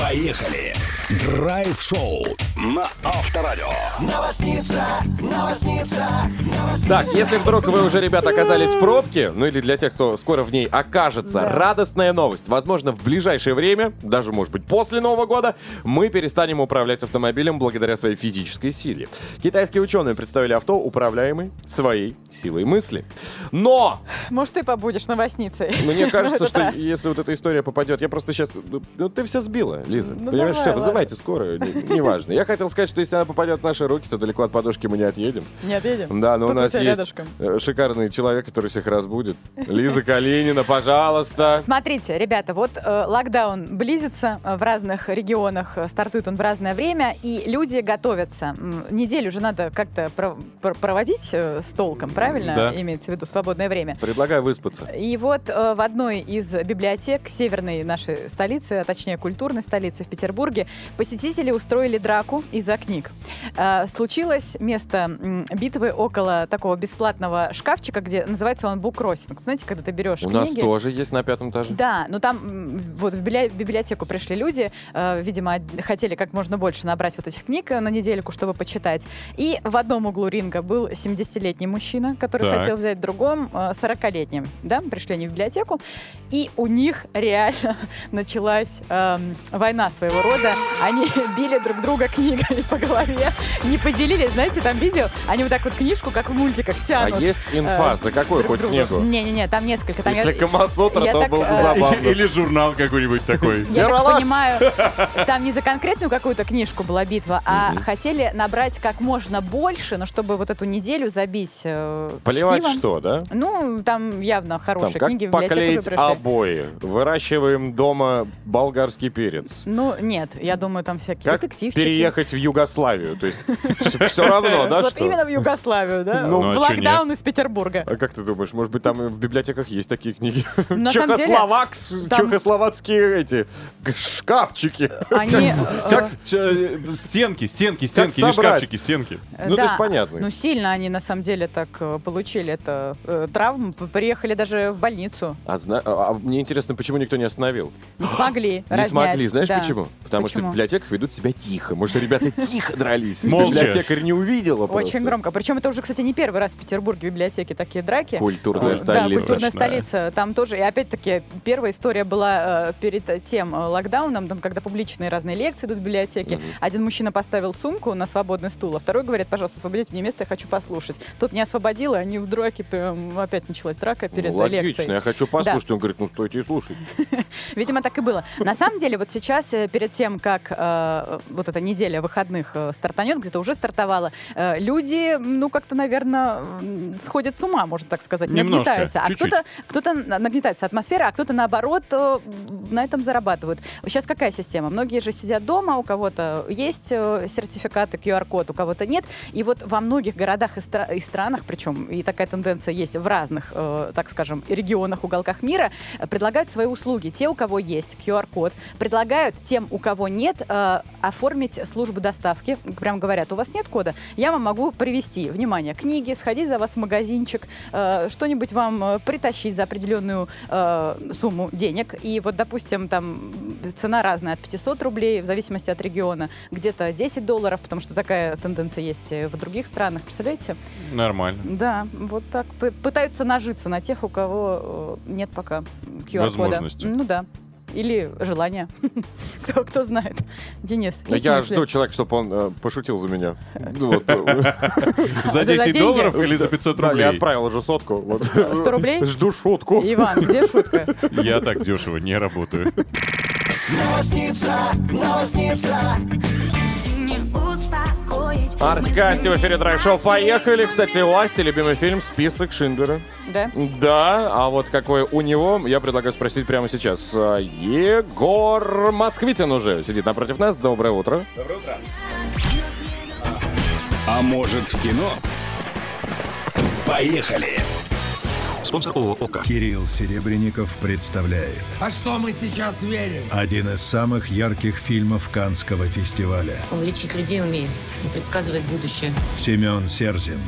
Поехали! Драйв-шоу на Авторадио. Новосница, новосница, новосница. Так, если вдруг вы уже, ребята, оказались в пробке, ну или для тех, кто скоро в ней окажется, радостная новость. Возможно, в ближайшее время, даже, может быть, после Нового года, мы перестанем управлять автомобилем благодаря своей физической силе. Китайские ученые представили авто, управляемый своей силой мысли. Но Может, ты побудешь новостницей. Мне в кажется, этот что раз. если вот эта история попадет, я просто сейчас... Ну, ты все сбила, Лиза. Ну, Понимаешь, давай, все, ладно. вызывайте скорую, не- неважно. Я хотел сказать, что если она попадет в наши руки, то далеко от подушки мы не отъедем. Не отъедем? Да, но Тут у нас тебя есть рядышком. э, шикарный человек, который всех разбудит. Лиза Калинина, пожалуйста. Смотрите, ребята, вот э, локдаун близится э, в разных регионах, э, стартует он в разное время, и люди готовятся. М, Неделю же надо как-то про- про- проводить э, с толком, правильно? Да. Имеется в виду свободное время. Предлагаю выспаться. И вот э, в одной из библиотек северной нашей столицы, а точнее культурной столицы в Петербурге, посетители устроили драку из-за книг. Э, случилось место м, битвы около такого бесплатного шкафчика, где называется он буккроссинг. Знаете, когда ты берешь У книги... нас тоже есть на пятом этаже. Да, но там м, вот в библя- библиотеку пришли люди, э, видимо, од- хотели как можно больше набрать вот этих книг э, на недельку, чтобы почитать. И в одном углу ринга был 70-летний мужчина, который Так. хотел взять в другом э, 40-летним. Да, пришли они в библиотеку, и у них реально началась эм, война своего рода. Они били друг друга книгами по голове, не поделились, знаете, там видео, они вот так вот книжку, как в мультиках, А тянут. есть инфа, за какую хоть книгу? Не-не-не, там несколько. Там Если я- Камасутра, э, я то так, было бы э, забавно. Или журнал какой-нибудь такой. я так понимаю, там не за конкретную какую-то книжку была битва, а хотели набрать как можно больше, но чтобы вот эту неделю забить э, Плевать чтивом. что, да? Ну, там явно Там, хорошие как книги в библиотеку поклеить уже пришли. обои? Выращиваем дома болгарский перец. Ну, нет, я думаю, там всякие Как детективчики. переехать в Югославию? То есть все равно, да? Вот что? именно в Югославию, да? Ну, в ну, а чё локдаун из Петербурга. А как ты думаешь, может быть, там в библиотеках есть такие книги? На самом деле, Чехословакс- там- Чехословацкие эти г- шкафчики. Они, э, Всяк- ч- э, Стенки, стенки, стенки, не собрать? шкафчики, стенки. Ну, Да, то есть понятно. Ну, сильно они, на самом деле, так э, получили это э, травму. п- Приехали даже в больницу. А, зна- а- а мне интересно, почему никто не остановил? Не смогли Не разнять. смогли, знаешь да. почему? Потому что Почему? в библиотеках ведут себя тихо. Может, ребята тихо дрались. и Молча. Библиотекарь не увидела просто. Очень громко. Причем это уже, кстати, не первый раз в Петербурге в библиотеке такие драки. Культурная Э, Да, столица. культурная Страшная. столица. Там тоже, и опять-таки, первая история была э, перед тем э, локдауном, там, когда публичные разные лекции идут в библиотеке. Один мужчина поставил сумку на свободный стул, а второй говорит, пожалуйста, освободите мне место, я хочу послушать. Тот не освободил, и они в драке, прям опять началась драка перед Ну, э, Логично, лекцией. я хочу Да. послушать. Он говорит, ну стойте и слушайте. Видимо, так и было. На самом деле, вот сейчас, э, перед тем, как э, вот эта неделя выходных э, стартанет, где-то уже стартовала, э, люди, ну, как-то, наверное, сходят с ума, можно так сказать, Немножко, нагнетаются. А чуть-чуть. кто-то кто-то на- нагнетается атмосфера, а кто-то, наоборот, э, на этом зарабатывает. Сейчас какая система? Многие же сидят дома, у кого-то есть э, сертификаты, QR-код, у кого-то нет. И вот во многих городах и, стра- и странах, причем и такая тенденция есть в разных, э, так скажем, регионах, уголках мира, э, предлагают свои услуги. Те, у кого есть QR-код, предлагают тем, у кого нет, э, оформить службу доставки. Прям говорят, у вас нет кода, я вам могу привести, внимание, книги, сходить за вас в магазинчик, э, что-нибудь вам э, притащить за определенную э, сумму денег. И вот, допустим, там м, цена разная, от 500 рублей, в зависимости от региона, где-то 10 долларов, потому что такая тенденция есть и в других странах, представляете? Нормально. Да, вот так п- пытаются нажиться на тех, у кого э, нет пока QR-кода. Возможности. Ну да. Или желания. кто, кто знает. Денис, есть Я мысли? жду человека, чтобы он э, пошутил за меня. Ну, вот, э, За 10 деньги? долларов или за 500 Да, я рублей? отправил уже сотку. вот. 100 рублей? Жду шутку. Иван, где шутка? Я так дешево не работаю. Новосница, новосница. Не успокоить. Артик и Асти в эфире драйв-шоу. Поехали. Кстати, у Асти любимый фильм «Список Шиндлера». Да? Да, а вот какой у него, я предлагаю спросить прямо сейчас. А, Егор Москвитин уже сидит напротив нас. Доброе утро. А может в кино? Поехали! Спонсор ООО «Ока». Кирилл Серебренников представляет А что мы сейчас верим? один из самых ярких фильмов Канского фестиваля. Он лечить людей умеет и предсказывает будущее. Семен Серзин,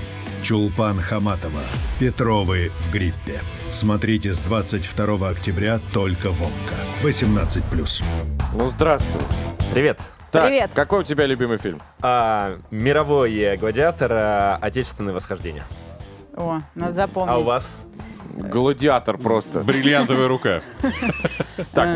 Чулпан Хаматова, Петровы в гриппе. Смотрите с 22 октября только в ОМКО. 18+. Ну, здравствуй. Привет. Так, Привет. какой у тебя любимый фильм? А, мировой э, гладиатор, а, отечественное восхождение. О, надо запомнить. А у вас? Гладиатор просто. Бриллиантовая рука. Так,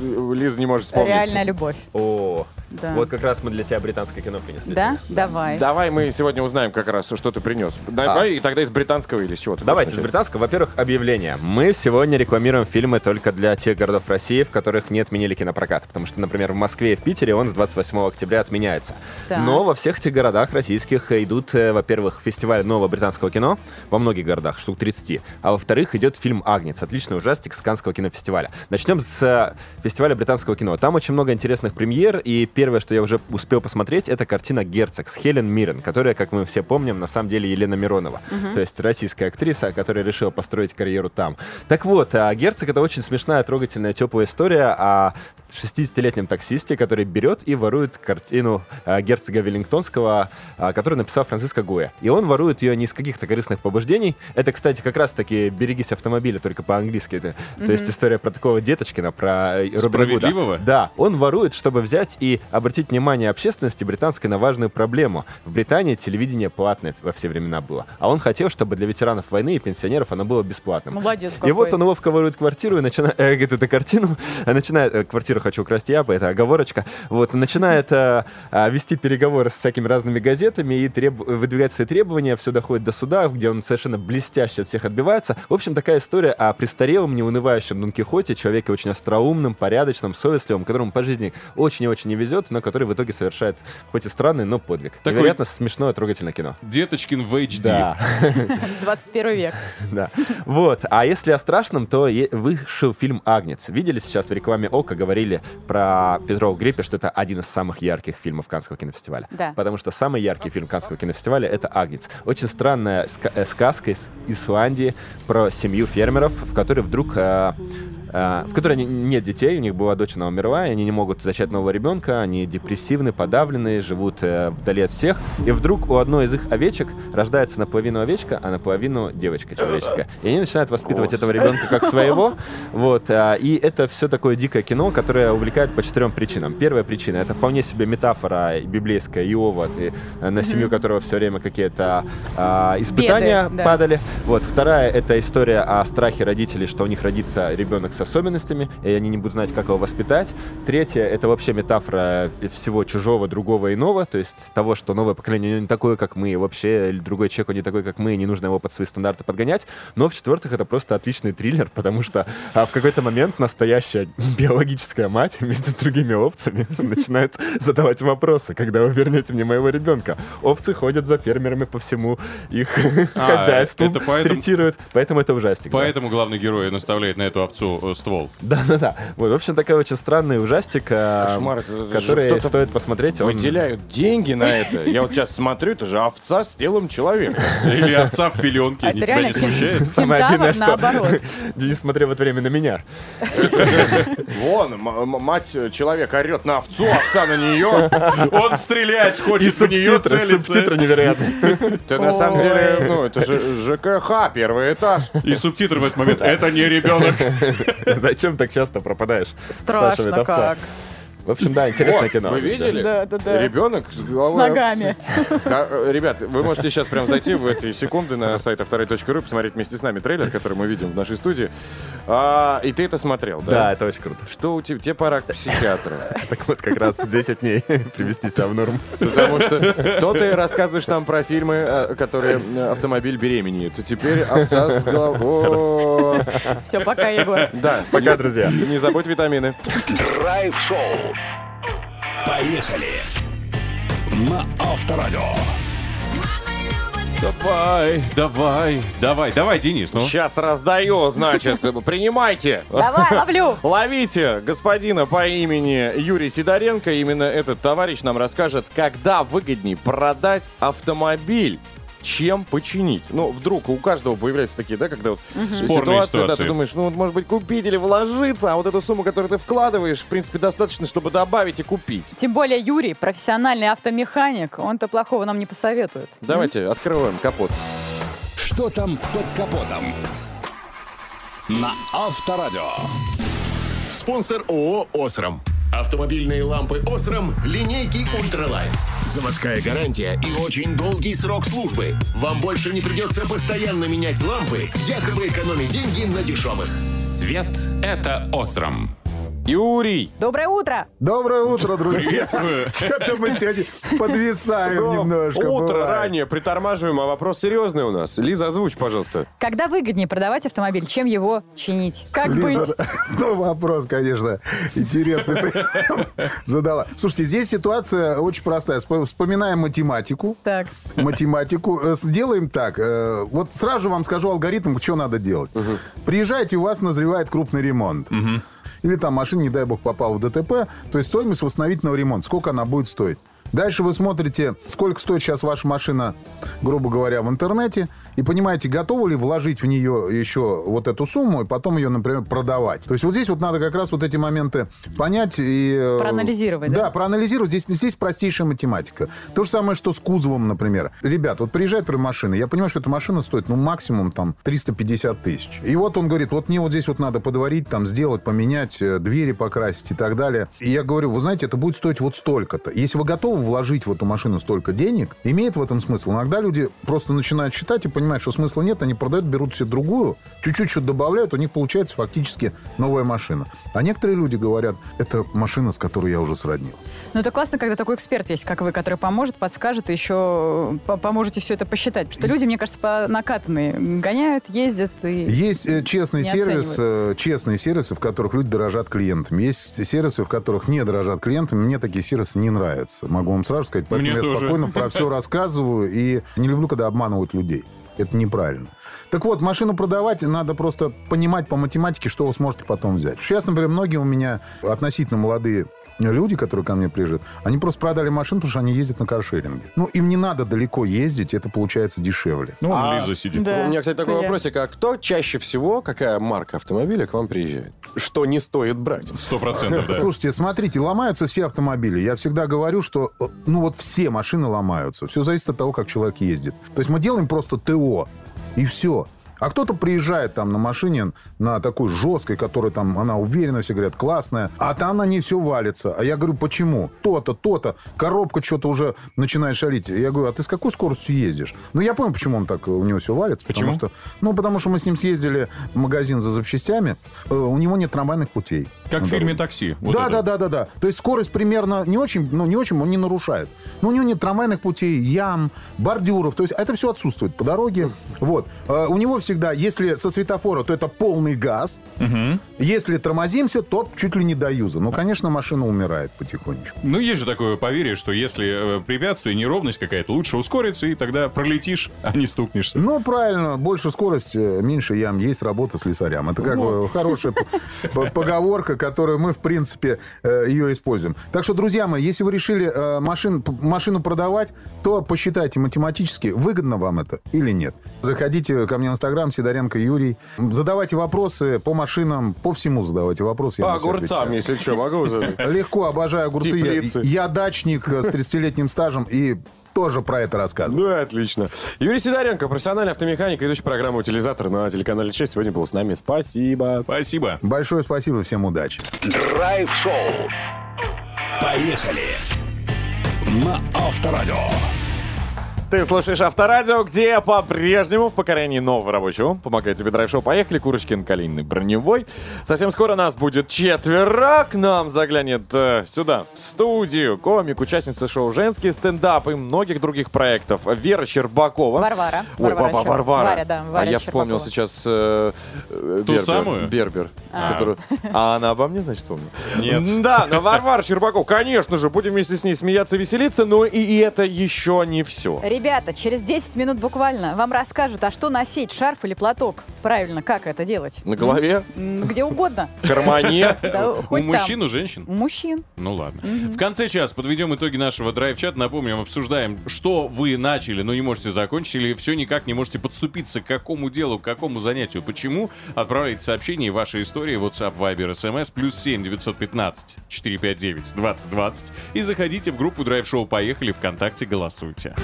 ну, Лиза не может вспомнить. Реальная любовь. О, Да. вот как раз мы для тебя британское кино принесли. Да? Давай. Давай мы сегодня узнаем как раз, что ты принес. Давай и тогда из британского или с чего-то. Давайте с британского. Во-первых, объявление. Мы сегодня рекламируем фильмы только для тех городов России, в которых не отменили кинопрокат. Потому что, например, в Москве и в Питере он с 28 октября отменяется. Так. Но во всех этих городах российских идут, э, во-первых, фестиваль нового британского кино во многих городах, штук 30. А во-вторых, идет фильм «Агнец». Отличный ужастик с Каннского кинофестиваля. Начнем с э, фестиваля британского кино. Там очень много интересных премьер, и первое, что я уже успел посмотреть, это картина «Герцог» с Хелен Миррен, которая, как мы все помним, на самом деле Елена Миронова. Мгм. То есть есть российская актриса, которая решила построить карьеру там. Так вот, а, Герцог — это очень смешная, трогательная, теплая история о 60-летнем таксисте, который берет и ворует картину а, герцога Веллингтонского, а, которую написал Франциско Гоя. И он ворует ее не из каких-то корыстных побуждений. Это, кстати, как раз-таки «Берегись автомобиля», только по-английски. это. Мгм. То есть история про такого Деточкина, про э, Робин Гуда. Справедливого? Да, он ворует, чтобы взять и обратить внимание общественности британской на важную проблему. В Британии телевидение платное во все времена было, а он хотел, чтобы для ветеранов войны и пенсионеров оно было бесплатным. Молодец какой. И вот он ловко ворует квартиру и начинает... Э, говорит, эту картину... э, Начинает... э, Квартиру хочу украсть я, это оговорочка. Вот, начинает э, э, вести переговоры с всякими разными газетами и треб- выдвигать свои требования. Все доходит до суда, где он совершенно блестяще от всех отбивается. В общем, такая история о престарелом, неунывающем Дон Кихоте, человеке очень остроумном, порядочном, совестливом, которому по жизни очень и очень не везет, но который в итоге совершает хоть и странный, но подвиг. Такой- Невероятно смешное, трогательное кино. Деточкин в HD. Да. 21 век. Да. Вот. А если о страшном, то е- вышел фильм «Агнец». Видели сейчас в рекламе ОКО, говорили про Петро Гриппе, что это один из самых ярких фильмов Каннского кинофестиваля. Да. Потому что самый яркий фильм Каннского кинофестиваля — это «Агнец». Очень странная ска- э, сказка из Исландии про семью фермеров, в которой вдруг э, э, в которой они- нет детей, у них была дочь, она умерла, и они не могут зачать нового ребенка, они депрессивны, подавлены, живут э, вдали от всех. И вдруг у одной из их овечек рождается наполовину овечка, а наполовину девочка человеческая. И они начинают воспитывать этого ребенка как своего. Вот, а, и это все такое дикое кино, которое увлекает по четырем причинам. Первая причина — это вполне себе метафора библейская Иова, и, э, на семью которого все время какие-то а, испытания Беды, да. падали далее. Вот, вторая — это история о страхе родителей, что у них родится ребенок с особенностями, и они не будут знать, как его воспитать. Третья — это вообще метафора всего чужого, другого, иного, то есть того, что новое поколение не такое, как мы, и вообще другой человек, он не такой, как мы, и не нужно его под свои стандарты подгонять. Но, в-четвертых, это просто отличный триллер, потому что а, в какой-то момент настоящая биологическая мать вместе с другими овцами начинает задавать вопросы, когда вы вернете мне моего ребенка. Овцы ходят за фермерами по всему их А, хозяйству, это поэтому- третирует. Поэтому это ужастик. да. Поэтому главный герой наставляет на эту овцу э, ствол. Да-да-да. Вот, в общем, такой очень странный ужастик, э, Кошмар, это же который кто-то стоит посмотреть. он- Выделяют деньги на это. Я вот сейчас смотрю, это же овца с телом человека. Или овца в пеленке. А это Тебя не реально кин- смущает? Самое обидное, что кентавр наоборот. Денис смотрел в это время на меня. Вон, м- м- мать э, человек орет на овцу, овца на нее. Он стрелять хочет, И в нее субтитры, целится. субтитры невероятные. Ты на самом Ой. деле, ну, это же ЖКХ, первый этаж. И субтитры в этот момент. Это не ребенок. Зачем так часто пропадаешь? Страшно Спрашивает овца. как. В общем, да, интересное Вот, кино. Вы видели? Да, да, да. Ребенок с головой С ногами. овцы. Да, э, Ребят, вы можете сейчас прям зайти в эти секунды на сайт авторы.ру посмотреть вместе с нами трейлер, который мы видим в нашей студии. А, И ты это смотрел, да? Да, это очень круто. Что у тебя? Тебе пора к психиатру. Так вот, как раз 10 дней привести себя в норму. Потому что то ты рассказываешь нам про фильмы, э, которые э, автомобиль беременеет. Теперь овца с головой. Все, пока, Егор. Да. Пока, друзья. Не забудь витамины. Драйв-шоу. Поехали! На Авторадио. Давай, давай, давай, давай, Денис, ну. Сейчас раздаю, значит, принимайте. Давай, ловлю. Ловите господина по имени Юрий Сидоренко. Именно этот товарищ нам расскажет, когда выгоднее продать автомобиль чем починить. Ну, вдруг у каждого появляются такие, да, когда вот Мгм. ситуация, Спорные да, ситуации. ты думаешь, ну, вот, может быть, купить или вложиться, а вот эту сумму, которую ты вкладываешь, в принципе, достаточно, чтобы добавить и купить. Тем более Юрий, профессиональный автомеханик, он-то плохого нам не посоветует. Давайте открываем капот. Что там под капотом? На Авторадио. Спонсор ООО «Осрам». Автомобильные лампы «Осрам» линейки «Ультралайф». Заводская гарантия и очень долгий срок службы. Вам больше не придется постоянно менять лампы, якобы экономить деньги на дешевых. Свет — это остром. Юрий! Доброе утро! Доброе утро, друзья! Приветствую. Что-то мы сегодня подвисаем Ром, немножко. Утро бывает. ранее притормаживаем, а вопрос серьезный у нас. Лиза, озвучь, пожалуйста. Когда выгоднее продавать автомобиль, чем его чинить? Как Лиза, быть? Ну, вопрос, конечно, интересный ты задала. Слушайте, здесь ситуация очень простая. Вспо- Вспоминаем математику. Так. Математику. Э, Сделаем так. Э, Вот сразу вам скажу алгоритм, что надо делать. Приезжайте, у вас назревает крупный ремонт. Или там машина, не дай бог, попала в ДТП. То есть стоимость восстановительного ремонта. Сколько она будет стоить? Дальше вы смотрите, сколько стоит сейчас ваша машина, грубо говоря, в интернете, и понимаете, готовы ли вложить в нее еще вот эту сумму, и потом ее, например, продавать. То есть вот здесь вот надо как раз вот эти моменты понять и... э, Проанализировать, да? Да, проанализировать. Здесь, здесь простейшая математика. То же самое, что с кузовом, например. Ребят, вот приезжает прям машина, я понимаю, что эта машина стоит, ну, максимум там 350 тысяч. И вот он говорит, вот мне вот здесь вот надо подварить, там, сделать, поменять, э, двери покрасить и так далее. И я говорю, вы знаете, это будет стоить вот столько-то. Если вы готовы вложить в эту машину столько денег, имеет в этом смысл. Иногда люди просто начинают считать и понимают, что смысла нет, они продают, берут себе другую, чуть-чуть что-то добавляют, у них получается фактически новая машина. А некоторые люди говорят, это машина, с которой я уже сроднился. Ну, это классно, когда такой эксперт есть, как вы, который поможет, подскажет и еще по- поможете все это посчитать. Потому что люди, мне кажется, по накатанные гоняют, ездят и... Есть э, честные не сервисы, оценивают. э, честные сервисы, в которых люди дорожат клиентами. Есть сервисы, в которых не дорожат клиентами. Мне такие сервисы не нравятся. Могу вам сразу сказать, поэтому Мне я тоже. спокойно про все рассказываю и не люблю, когда обманывают людей. Это неправильно. Так вот, машину продавать надо просто понимать по математике, что вы сможете потом взять. Сейчас, например, многие у меня относительно молодые люди, которые ко мне приезжают, они просто продали машину, потому что они ездят на каршеринге. Ну, им не надо далеко ездить, это получается дешевле. Ну, вон Лиза сидит. Э, У меня, кстати, такой это я. вопросик. А кто чаще всего, какая марка автомобиля к вам приезжает? Что не стоит брать? Сто процентов, да. Слушайте, смотрите, ломаются все автомобили. Я всегда говорю, что э, ну вот все машины ломаются. Все зависит от того, как человек ездит. То есть мы делаем просто ТО, и все. А кто-то приезжает там на машине, на такой жесткой, которая там, она уверена, все говорят, классная, а там на ней все валится. А я говорю, почему? То-то, то-то, коробка что-то уже начинает шалить. Я говорю, а ты с какой скоростью ездишь? Ну, я понял, почему он так, э, у него все валится. Почему? Потому что, ну, потому что мы с ним съездили в магазин за запчастями, э, у него нет трамвайных путей. Как в на фильме дороге. «Такси». Вот да, это. да, да, да, да. То есть скорость примерно не очень, ну, не очень, он не нарушает. Но у него нет трамвайных путей, ям, бордюров. То есть это все отсутствует по дороге. Вот. Э, У него всегда, если со светофора, то это полный газ. Если тормозимся, то чуть ли не до юза. Ну, конечно, машина умирает потихонечку. Ну, есть же такое поверье, что если э, препятствие, неровность какая-то, лучше ускориться, и тогда пролетишь, а не стукнешься. Ну, правильно, больше скорость, э, меньше ям, есть работа с лесарям. Это как бы хорошая п- п- поговорка, которую мы, в принципе, э, ее используем. Так что, друзья мои, если вы решили э, машин- п- машину продавать, то посчитайте математически, выгодно вам это или нет. Заходите ко мне в Инстаграм, Сидоренко Юрий. Задавайте вопросы по машинам, по всему задавайте вопросы. я По на все огурцам, отвечаю. если что, могу. Легко, обожаю огурцы. Я, Теплицы. я дачник э, с 30-летним стажем и тоже про это рассказываю. Ну, и отлично. Юрий Сидоренко, профессиональный автомеханик, ведущий программы «Утилизатор» на телеканале «Честь». Сегодня был с нами. Спасибо. Спасибо. Большое спасибо, всем удачи. Драйв-шоу. Поехали. На Авторадио. Ты слушаешь Авторадио, где по-прежнему в покорении нового рабочего помогает тебе драйв-шоу. Поехали, Курочкин, Калинный, Броневой. Совсем скоро нас будет четверо. К нам заглянет э, сюда, в студию, комик, участница шоу «Женский стендап» и многих других проектов. Вера Щербакова. Варвара. Ой, Ва- Ва- Щер- Варвара. Варя, да, Варя а я вспомнил Щербакова. сейчас э, э, Ту Бербер, самую? Бербер. А. которую- А она обо мне, значит, вспомнила? Нет. Да, но Варвара Щербакова, конечно же, будем вместе с ней смеяться, веселиться, но и это еще не все. Ребята, через 10 минут буквально вам расскажут, а что носить, шарф или платок. Правильно, как это делать? На голове? М, Где угодно. В кармане? Да, У хоть там. мужчин, у женщин? У мужчин. Ну ладно. Мгм. В конце часа подведем итоги нашего драйв-чата. Напомним, обсуждаем, что вы начали, но не можете закончить, или все никак не можете подступиться к какому делу, к какому занятию, почему. Отправляйте сообщение и ваши истории в WhatsApp, Viber, SMS, плюс 7 915 459 2020 и заходите в группу драйв-шоу «Поехали» ВКонтакте, голосуйте.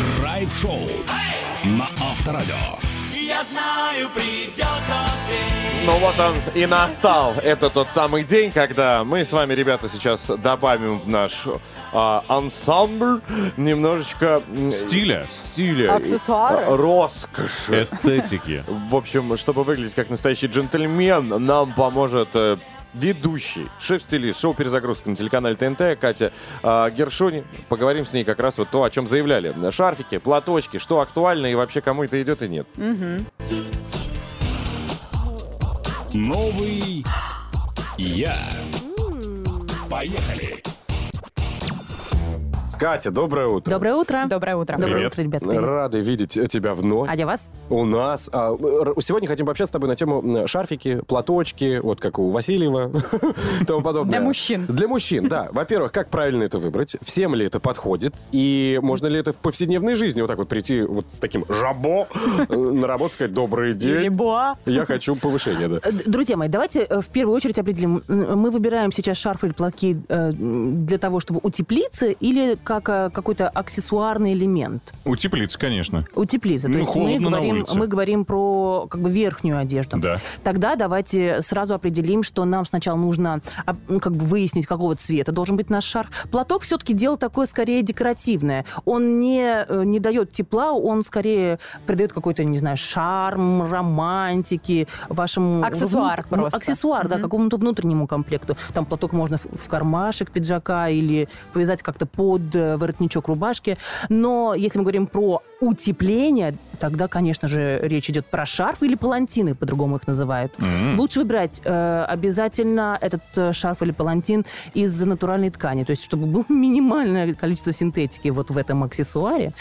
Драйв-шоу на Авторадио. Я знаю, придет Ну вот он и настал. Это тот самый день, когда мы с вами, ребята, сейчас добавим в наш а, ансамбль немножечко... м, Стиля. Стиля. Аксессуары. И, а, Роскоши. Эстетики. В общем, чтобы выглядеть как настоящий джентльмен, нам поможет э, ведущий, шеф-стилист, шоу-перезагрузка на телеканале ТНТ, Катя э, Гершуни. Поговорим с ней как раз вот то, о чем заявляли. Шарфики, платочки, что актуально и вообще кому это идет и нет. Мгм. Новый я. Поехали. Катя, доброе утро. Доброе утро. Доброе утро. Доброе утро, ребят. привет. Рады видеть тебя вновь. А я вас? У нас. а, р- сегодня хотим пообщаться с тобой на тему м, шарфики, платочки, вот как у Васильева и тому подобное. Для мужчин. Для мужчин, да. Во-первых, как правильно это выбрать? Всем ли это подходит? И можно ли это в повседневной жизни вот так вот прийти вот с таким жабо э, на работу сказать «Добрый Или день». буа. Я хочу повышения, да. Э, д- Друзья мои, давайте э, в первую очередь определим, м, мы выбираем сейчас шарф или платки э, м, для того, чтобы утеплиться, или как э, какой-то аксессуарный элемент Утеплиться, Типа конечно. утеплиться. Ну, То есть мы холодно на говорим, улице. мы говорим про как бы верхнюю одежду. Да. Тогда давайте сразу определим, что нам сначала нужно а, ну, как бы выяснить, какого цвета должен быть наш шарф. Платок все-таки дело такое скорее декоративное. Он не, э, не дает тепла, он скорее придает какой-то, не знаю, шарм, романтики вашему... Аксессуар ну, просто. Аксессуар, да, Мгм. какому-то внутреннему комплекту. Там платок можно в, в кармашек пиджака или повязать как-то под э, воротничок рубашки. Но если мы говорим про утепление, тогда, конечно же, речь идет про шарф или палантины, по-другому их называют. Мгм. Лучше выбирать э, обязательно этот э, шарф или палантин из натуральной ткани, то есть чтобы было минимальное количество синтетики вот в этом аксессуаре,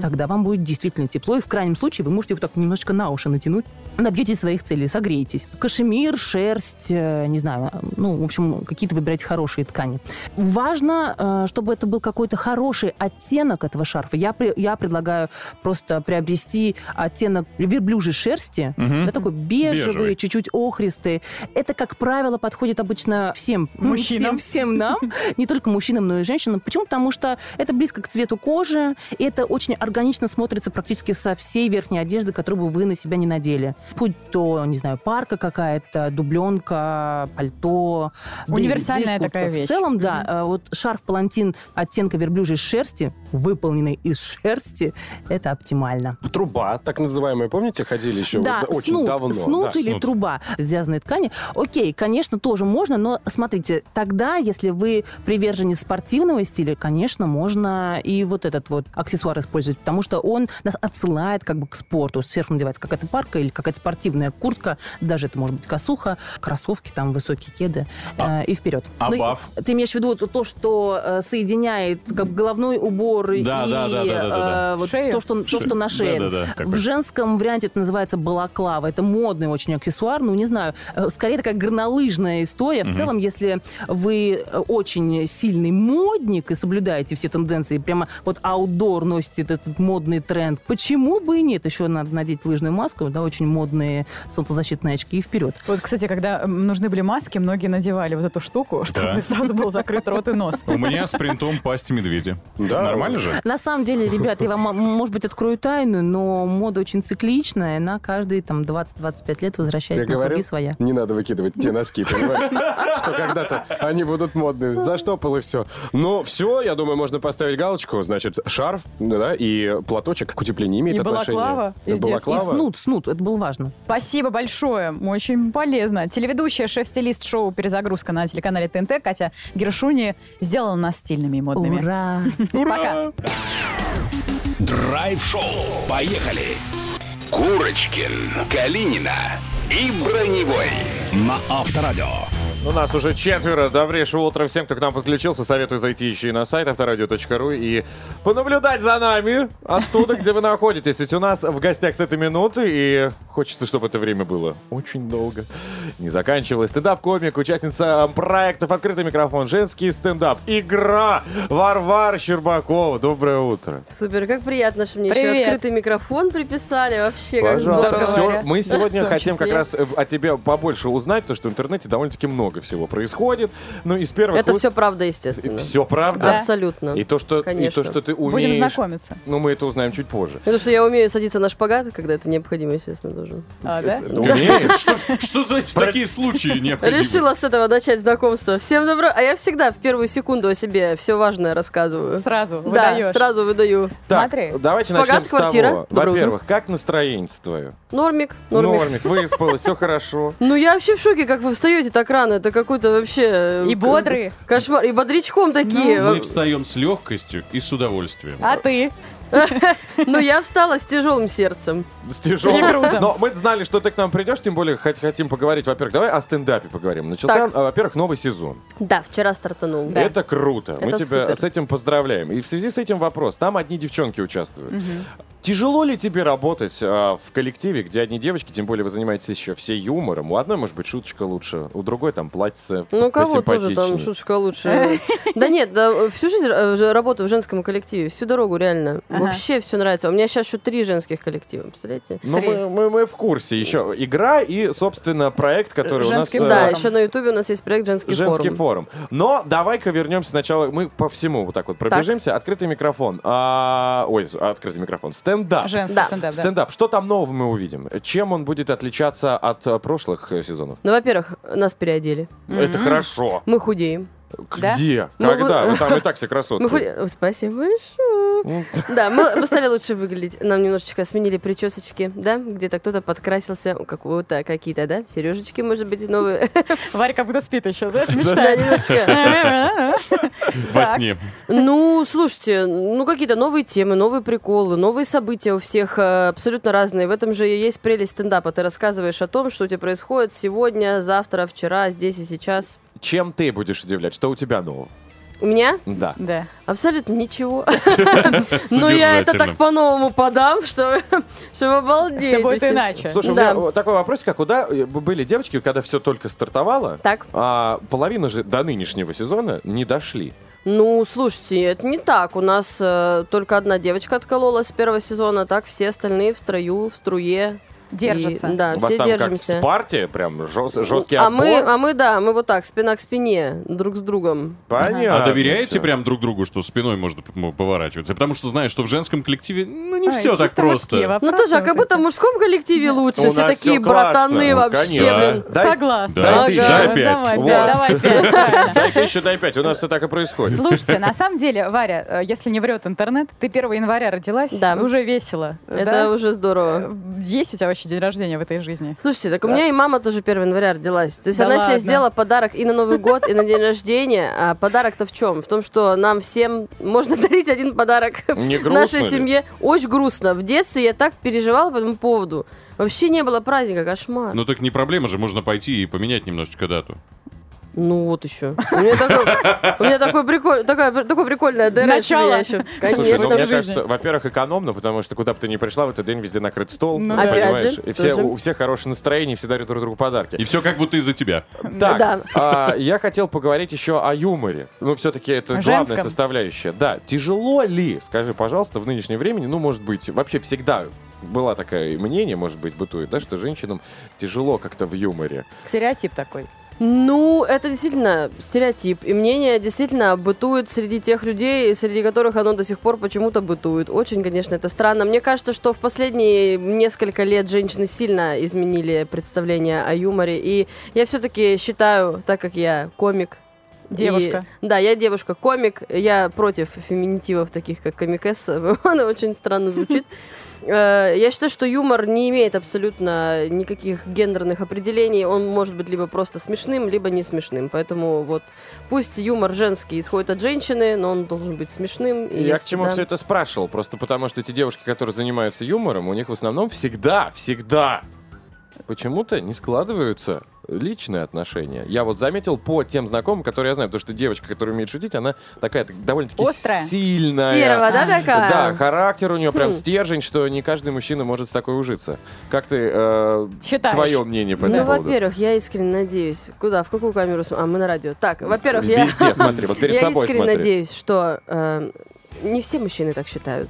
тогда вам будет действительно тепло, и в крайнем случае вы можете вот так немножечко на уши натянуть, добьете своих целей, согреетесь. Кашемир, шерсть, э, не знаю, ну, в общем, какие-то выбирайте хорошие ткани. Важно, э, чтобы это был какой-то хороший оттенок этого шарфа. Я, пре- я предлагаю просто приобрести оттенок верблюжьей шерсти, Мгм. да, такой бежевый, Бежевый. чуть-чуть охристый. Это, как правило, подходит обычно всем ну, Мужчинам. всем, всем нам, не только мужчинам, но и женщинам. Почему? Потому что это близко к цвету кожи, и это очень органично смотрится практически со всей верхней одежды, которую бы вы на себя не надели. Будь то, не знаю, парка какая-то, дубленка, пальто. да и- Универсальная да и куртка. такая вещь. В целом, да, э, вот шарф-палантин оттенка верблюжьей шерсти, выполненный из шерсти, это оптимально. Труба, так называемая, помните, ходили еще Да, вот очень снуд, давно. снуд Да, или снуд. труба из вязаной ткани. Окей, конечно, тоже можно, но смотрите, тогда, если вы приверженец спортивного стиля, конечно, можно и вот этот вот аксессуар использовать, потому что он нас отсылает как бы к спорту. Сверху надевается какая-то парка или какая-то спортивная куртка, даже это может быть косуха, кроссовки, там высокие кеды э, и вперед. а Ну, и- баф? Ты имеешь в виду вот то, что э, соединяет как бы головной убор Да, и да, да, да, да, да. э, вот то, что, то, Шею. что на шее. Да, да, да, В какой-то. женском варианте это называется балаклава. Это модный очень аксессуар, ну, не знаю, э, скорее такая горнолыжная история. В Мгм. целом, если вы э, очень сильный модник и соблюдаете все тенденции, прямо вот аутдор носите этот, этот модный тренд, почему бы и нет? Еще надо надеть лыжную маску, да, очень модные солнцезащитные очки и вперед. Вот, кстати, когда м, нужны были маски, многие надевали вот эту штуку, чтобы Да. сразу был закрыт рот и нос. У меня с принтом пасти медведя. Нормально же? На самом деле, ребят, я вам, м, может быть, открою тайну, но мода очень цикличная, она каждые там 20-25 лет Я возвращается на говорил, круги своя. не надо выкидывать те носки, понимаешь? Что когда-то они будут модные. Заштопал и все. Но все, я думаю, можно поставить галочку. Значит, шарф, да, и платочек к утеплению имеет И отношение. балаклава из детства. Балаклава. И снуд. Снут, это было важно. Спасибо большое, очень полезно. Телеведущая, шеф-стилист шоу «Перезагрузка» на телеканале ТНТ Катя Гершуни сделала нас стильными и модными. Ура! Пока! Драйв-шоу. Поехали. Курочкин, Калинина и Броневой. На Авторадио. У нас уже четверо. Добрейшего утра всем, кто к нам подключился. Советую зайти еще и на сайт авторадио.ру и понаблюдать за нами оттуда, где вы находитесь. Ведь у нас в гостях с этой минуты, и хочется, чтобы это время было очень долго. Не заканчивалось. Стендап-комик, участница э, проектов «Открытый микрофон», «Женский стендап», «Игра», Варвара Щербакова. Доброе утро. Супер, как приятно, что мне еще Привет. открытый микрофон приписали. Вообще, Пожалуйста. как здорово. Всё, мы сегодня В том хотим как числе. раз э, о тебе побольше узнать, потому что в интернете довольно-таки много всего происходит. Ну, из первых Это все правда, естественно. Все правда? Да. Абсолютно. И то, что, и Конечно. то, что ты Будем умеешь... знакомиться. Ну, мы это узнаем чуть позже. Потому что я умею садиться на шпагат, когда это необходимо, естественно, тоже. А, да? Ты умеешь? Что, что за такие случаи необходимы? Решила с этого начать знакомство. Всем добро. А я всегда в первую секунду о себе все важное рассказываю. Сразу Да, выдаёшь. сразу выдаю. Так, давайте Шпагат, начнем с квартира. того. Доброе утро. Во-первых, как настроение твое? Нормик, нормик. выспалась, все хорошо. Ну, я вообще в шоке, как вы встаете так рано. Это какой-то вообще... э, И к- бодрые. Кошмар. И бодрячком такие. Ну, Мы встаем с легкостью и с удовольствием. А ты? Но Ну, я встала с тяжелым сердцем. С тяжелым. Не круто. Но мы знали, что ты к нам придешь, тем более хот- хотим поговорить. Во-первых, давай о стендапе поговорим. Начался, Так. а, во-первых, новый сезон. Да, вчера стартанул. Это круто. мы Это тебя супер. с этим поздравляем. И в связи с этим вопрос. Там одни девчонки участвуют. Тяжело ли тебе работать а, в коллективе, где одни девочки, тем более вы занимаетесь еще все юмором? У одной, может быть, шуточка лучше, у другой там платьице Ну, кого тоже посимпатичнее. там шуточка лучше. Да нет, да, всю жизнь э, же работаю в женском коллективе, всю дорогу реально. Ага. Вообще все нравится. У меня сейчас еще три женских коллектива, представляете? Ну, мы, мы, мы в курсе еще. Игра и, собственно, проект, который у нас... Да, э, еще на Ютубе у нас есть проект «Женский, Женский форум». форум. Но давай-ка вернемся сначала. Мы по всему вот так вот пробежимся. Открытый микрофон. А, ой, открытый микрофон. Стендап. Женский Да. стендап, да. Стендап. Что там нового мы увидим? Чем он будет отличаться от э, прошлых э, сезонов? Ну, во-первых, нас переодели. Это хорошо. Мы худеем. Где? Ну, Когда? вот- Вы там и так все красотки. Мы худе- Э, Ой, Спасибо большое. Да, мы, мы стали лучше выглядеть. Нам немножечко сменили причесочки, да? Где-то кто-то подкрасился, у какого-то какие-то, да? Сережечки, может быть, новые. Варя как будто спит еще, знаешь, Да, мечтает. Во сне. Ну, слушайте, ну какие-то новые темы, новые приколы, новые события у всех э, абсолютно разные. В этом же и есть прелесть стендапа. Ты рассказываешь о том, что у тебя происходит сегодня, завтра, вчера, здесь и сейчас. Чем ты будешь удивлять? Что у тебя нового? У меня Да. Да. абсолютно ничего. Но я это так по-новому подам, что что вы обалдеете. Всё будет все. иначе. Слушай, у Да. меня э, такой вопрос, как куда э, б- были девочки, когда все только стартовало, Так. а половина же до нынешнего сезона не дошли. Ну, слушайте, это не так. У нас э, только одна девочка откололась с первого сезона, так все остальные в строю, в струе. Держатся. И- да, У вас А, все там держимся. как в Спарте, прям жест- жесткий а отбор. мы, а мы, да, мы вот так, спина к спине, друг с другом. Понятно. А доверяете всё. прям друг другу, что спиной можно п- поворачиваться? Потому что знаешь, что в женском коллективе ну не Ай, все так чисто просто. Ну тоже, а как будто в мужском коллективе У лучше, нас все такие всё классно, братаны ну, вообще, конечно. блин. Дай- Согласна. дай ты Ага. ещё. Давай, Вот. пять, давай, пять, правильно. Дай-ка еще дай пять, у нас все так и происходит. Слушайте, на самом деле, Варя, э, если не врет интернет, ты 1 января родилась, Да. и уже весело. Это да? уже здорово. Э, Есть у тебя вообще день рождения в этой жизни? Слушайте, так у меня и мама тоже 1 января родилась. То есть Да она себе ладно? сделала подарок и на Новый год, и на день рождения. А подарок-то в чем? В том, что нам всем можно дарить один подарок Не грустно нашей ли? семье. Очень грустно. В детстве я так переживала по этому поводу. Вообще не было праздника, кошмар. Ну так не проблема же, можно пойти и поменять немножечко дату. Ну вот еще. У меня такой- у меня такой приколь- такая- такое прикольное ДР. Начало. еще. Слушай, Конечно. ну, мне кажется, во-первых, экономно, потому что куда бы ты ни пришла, в этот день везде накрыт стол, Ну ну, да. понимаешь? Опять же, и все, тоже. у всех хорошее настроение, все дарят друг другу подарки. И все как будто из-за тебя. Да. Так, а, я хотел поговорить еще о юморе. Ну, все-таки это О главная женском. составляющая. Да, тяжело ли, скажи, пожалуйста, в нынешнее времени, ну, может быть, вообще всегда была такое мнение, может быть, бытует, да, что женщинам тяжело как-то в юморе. Стереотип такой. Ну, это действительно стереотип. И мнение действительно бытует среди тех людей, среди которых оно до сих пор почему-то бытует. Очень, конечно, это странно. Мне кажется, что в последние несколько лет женщины сильно изменили представление о юморе. И я все-таки считаю, так как я комик, Девушка. и- да, я девушка-комик. Я против феминитивов, таких как комикес. Она очень странно звучит. Э, Я считаю, что юмор не имеет абсолютно никаких гендерных определений. Он может быть либо просто смешным, либо не смешным. Поэтому вот пусть юмор женский исходит от женщины, но он должен быть смешным. И я если к чему да- все это спрашивал? Просто потому, что эти девушки, которые занимаются юмором, у них в основном всегда, всегда почему-то не складываются личное отношение. Я вот заметил по тем знакомым, которые я знаю, потому что девочка, которая умеет шутить, она такая так, довольно-таки Острая. сильная. Серого, да, такая? Да, характер у нее прям Хм. стержень, что не каждый мужчина может с такой ужиться. Как ты, э, Считаешь? твое мнение по Ну, этому поводу? во-первых, я искренне надеюсь. Куда? В какую камеру? см- А, мы на радио. Так, во-первых, я... Везде смотри, вот перед Я собой искренне смотри. надеюсь, что э, не все мужчины так считают.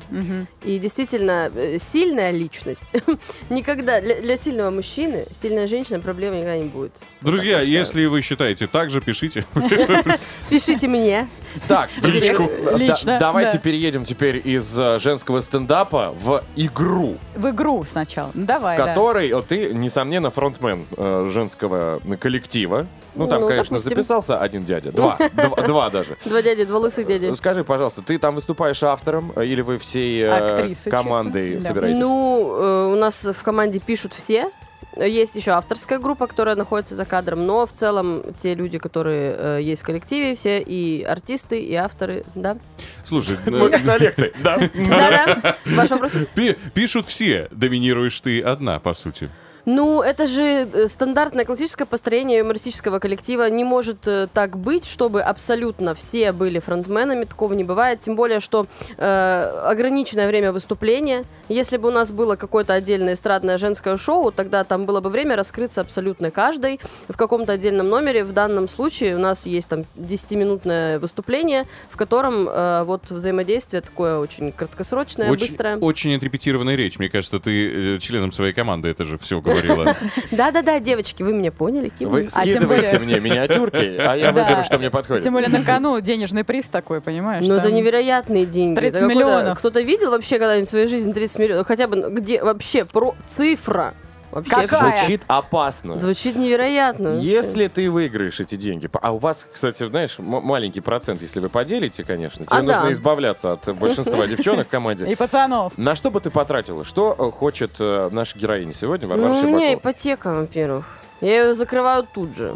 И действительно, э, сильная личность никогда... Для, для сильного мужчины сильная женщина проблем никогда не будет. Друзья, если вы считаете так же, пишите. Пишите мне. Так, В личку. да- Лично, давайте да. переедем теперь из э, женского стендапа в игру, В игру сначала. Ну, давай, в да. которой э, ты, несомненно, фронтмен э, женского коллектива. Ну, там, Ну, конечно, допустим. записался один дядя. Два. Два два даже. Э, Два дяди, два лысых дяди. Скажи, пожалуйста, ты там выступаешь автором э, или вы всей э, Актрисы, командой честно. собираетесь? Ну, э, у нас в команде пишут все. Есть еще авторская группа, которая находится за кадром, но в целом те люди, которые э, есть в коллективе, все и артисты, и авторы, да. Слушай, Мы как э, на лекции, да? Да-да, ваш вопрос? пи- пишут все, доминируешь ты одна, по сути. Ну, это же э, стандартное классическое построение юмористического коллектива. Не может э, так быть, чтобы абсолютно все были фронтменами. Такого не бывает. Тем более, что э, ограниченное время выступления. Если бы у нас было какое-то отдельное эстрадное женское шоу, тогда там было бы время раскрыться абсолютно каждой в каком-то отдельном номере. В данном случае у нас есть там 10-минутное выступление, в котором э, вот взаимодействие такое очень краткосрочное, Очень, быстрое. очень отрепетированная речь. Мне кажется, ты э, членом своей команды это же все говорила. Да-да-да, девочки, вы меня поняли, Вы кивните. скидываете мне миниатюрки, а я Да. выберу, что мне подходит. Тем более на кону денежный приз такой, понимаешь? Ну, это там. невероятные деньги. 30 Это какой-то- миллионов. Кто-то видел вообще когда-нибудь в своей жизни 30 миллионов? Хотя бы ну, где вообще про... цифра? Вообще Какая? Звучит опасно. Звучит невероятно. вообще. Если ты выиграешь эти деньги, по- а у вас, кстати, знаешь, м- маленький процент, если вы поделите, конечно, тебе А, нужно да. избавляться от большинства девчонок в команде. И пацанов. На что бы ты потратила? Что э, хочет э, наша героиня сегодня, Варвара Ну, у меня Щербакова? ипотека, во-первых. Я ее закрываю тут же.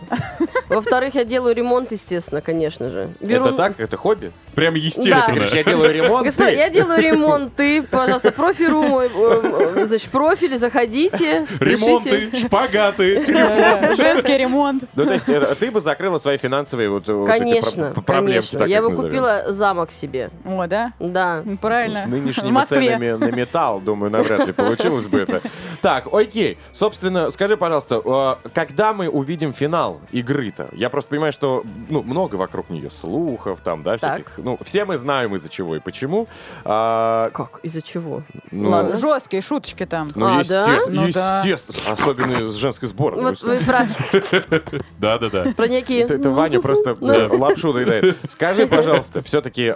Во-вторых, я делаю ремонт, естественно, конечно же. Беру- Это так? Это хобби? Прям естественно. Ты говоришь, я делаю ремонт. Господа, ты- я делаю ремонт, ты, пожалуйста, профи-ру мой, э, э, значит, профили, заходите, пишите. Ремонты, шпагаты, Телефон, Женский ремонт. Ну, то есть, э, ты бы закрыла свои финансовые вот, э, вот эти Конечно, про- проблемки, конечно. так Я их бы назовем. купила замок себе. О, да? Да. Правильно. С В нынешними Москве. ценами на металл, думаю, навряд ли получилось бы это. Так, окей. Собственно, скажи, пожалуйста, э, когда мы увидим финал игры-то? Я просто понимаю, что ну, много вокруг нее слухов, там, да, Так. всяких. Ну, все мы знаем из-за чего и почему. Как? Из-за чего? Ну, Ладно, жесткие шуточки там. Ну, А, есте- да? Ну, да. естественно, особенно с женской сборной. Вот вы про, Да-да-да. про некие... Это, это Ваня просто Да. лапшу доедает. Скажи, пожалуйста, все-таки,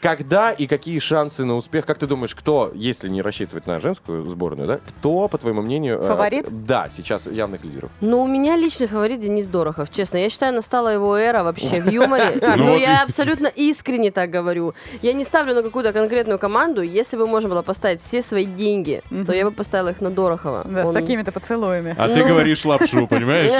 когда и какие шансы на успех? Как ты думаешь, кто, если не рассчитывать на женскую сборную, да, кто, по твоему мнению... э, Фаворит? Да, сейчас явных лидеров. Ну, у меня личный фаворит Денис Дорохов, честно. Я считаю, настала его эра вообще в юморе. Но Ну, вот я абсолютно искренне так говорю. Я не ставлю на какую-то конкретную команду. Если бы можно было поставить все свои деньги, то я бы поставила их на Дорохова. Да, с Он- такими-то поцелуями. А ты говоришь лапшу, понимаешь?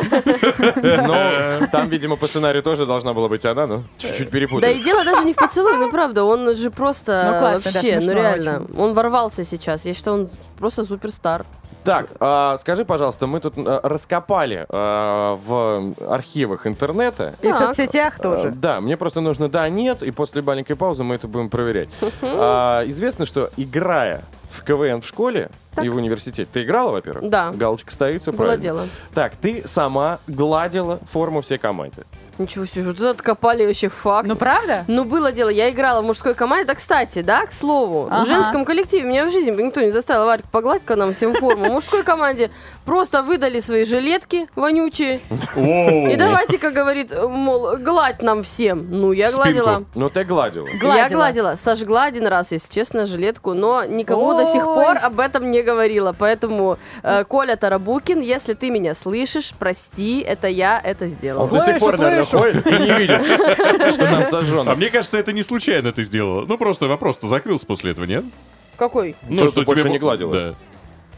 Но Ну, там, видимо, по сценарию тоже должна была быть она, но чуть-чуть Да и перепутали. дело даже не в поцелуе, ну правда, он же просто Ну, классно, да, вообще, ну смешно реально, он ворвался сейчас. Я считаю, он просто суперстар. Так, а, скажи, пожалуйста, мы тут э, раскопали э, в архивах интернета. И в Так. соцсетях Э, тоже. Да, мне просто нужно да, нет, и после маленькой паузы мы это будем проверять. А, Известно, что играя в КВН в школе и в университете, ты играла, во-первых? Да. Галочка стоит, все Было правильно. дело. Так, ты сама гладила форму всей команды. Ничего себе, вот это откопали вообще факт. Ну, правда? Ну, было дело, я играла в мужской команде. Да, кстати, да, к слову, Ага. в женском коллективе меня в жизни бы никто не заставил, Варик, погладь-ка нам всем форму. В мужской команде просто выдали свои жилетки вонючие. И давайте, как говорит, мол, гладь нам всем. Ну, я гладила. Спинку. Ну, ты гладила. Я гладила, сожгла один раз, если честно, жилетку, но никому до сих Ой. пор об этом не говорила. Поэтому, э, Коля Тарабукин, если ты меня слышишь, прости, это я это сделала. Он до сих пор, наверное, ходит и не видит, что там А сожжено. мне кажется, это не случайно ты сделала. Ну, просто вопрос-то закрылся после этого, нет? Какой? Ну, То, что больше бо- не гладила. Да.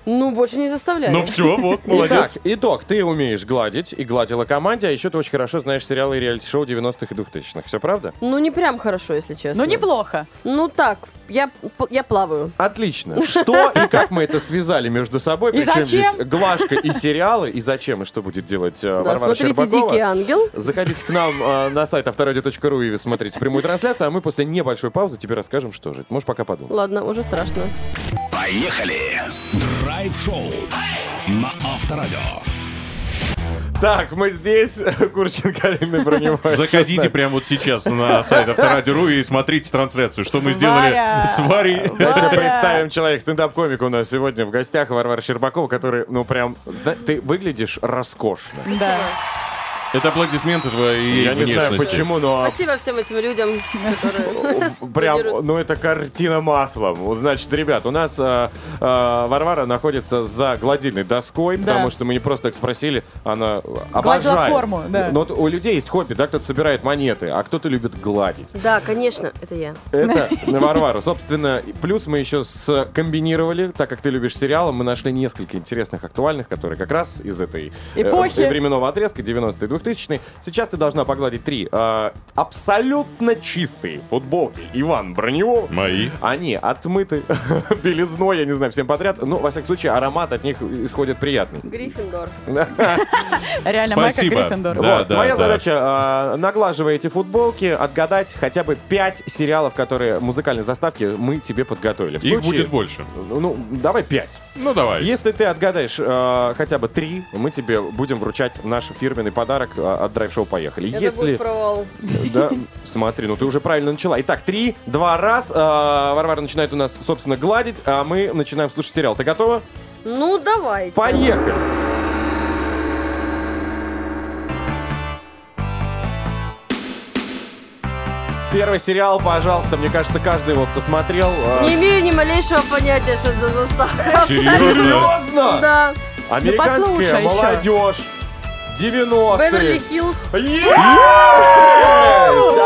Ну, больше не заставляю. Итак, итог. Ты умеешь гладить и гладила команде, а еще ты очень хорошо знаешь сериалы и реалити-шоу 90-х и 2000-х. Все правда? Ну, не прям хорошо, если честно. Ну, неплохо. Ну, так, я, п- я плаваю. Отлично. Что и как мы это связали между собой? И Причем зачем? здесь глажка и сериалы, и зачем, и что будет делать э, Варвара смотрите Щербакова. «Дикий ангел». Заходите к нам э, на сайт авторадио.ру и смотрите прямую трансляцию, а мы после небольшой паузы тебе расскажем, что же. это. Можешь пока подумать. Ладно, уже страшно. Поехали! Драйв-шоу на Авторадио. Так, мы здесь. Курочкин Калинный броневой. Заходите прямо вот сейчас на сайт Авторадио.ру и смотрите трансляцию, что мы сделали Варя! с Варей. Давайте представим человек, стендап-комик у нас сегодня в гостях, Варвара Щербакова, который, ну прям, зна- ты выглядишь роскошно. Да. Это аплодисменты твоей Я не знаю, внешности. почему, но- а Спасибо всем этим людям, которые... Прям, ну это картина маслом. Вот, Значит, ребят, у нас э, э, Варвара находится за гладильной доской, Да. потому что мы не просто так спросили, она Гладила обожает. форму, да. Но вот у людей есть хобби, да, кто-то собирает монеты, а кто-то любит гладить. Да, конечно, это я. Это Варвара. Собственно, и плюс мы еще скомбинировали, так как ты любишь сериалы, мы нашли несколько интересных, актуальных, которые как раз из этой э, Эпохи. э, временного отрезка 90-е, 2000-е. Сейчас ты должна погладить три э, абсолютно чистые футболки Иван Броневого. Мои. Они отмыты белизной, я не знаю, всем подряд. Ну, во всяком случае, аромат от них исходит приятный. Гриффиндор. Реально, Спасибо. Майка Гриффиндор. Да, Вот, да, твоя да. задача, э, наглаживая эти футболки, отгадать хотя бы 5 сериалов, которые музыкальные заставки мы тебе подготовили. В Их случае- будет больше. Ну, ну, давай 5. Ну, давай. Если ты отгадаешь э, хотя бы 3, мы тебе будем вручать наш фирменный подарок э, от Drive Show «Поехали». Это Если... Э, будет провал. Да, смотри, ну ты уже правильно начала. Итак, три, два, раз. Э, Варвара начинает у нас, собственно, гладить, а мы начинаем слушать сериал. Ты готова? Ну, давайте. Поехали! Первый сериал, пожалуйста, мне кажется, каждый его, кто смотрел... э, Не имею ни малейшего понятия, что это за заставка. Серьезно? Да. Американская послушай ещё. молодежь. 90-е. Беверли-Хиллз. Есть!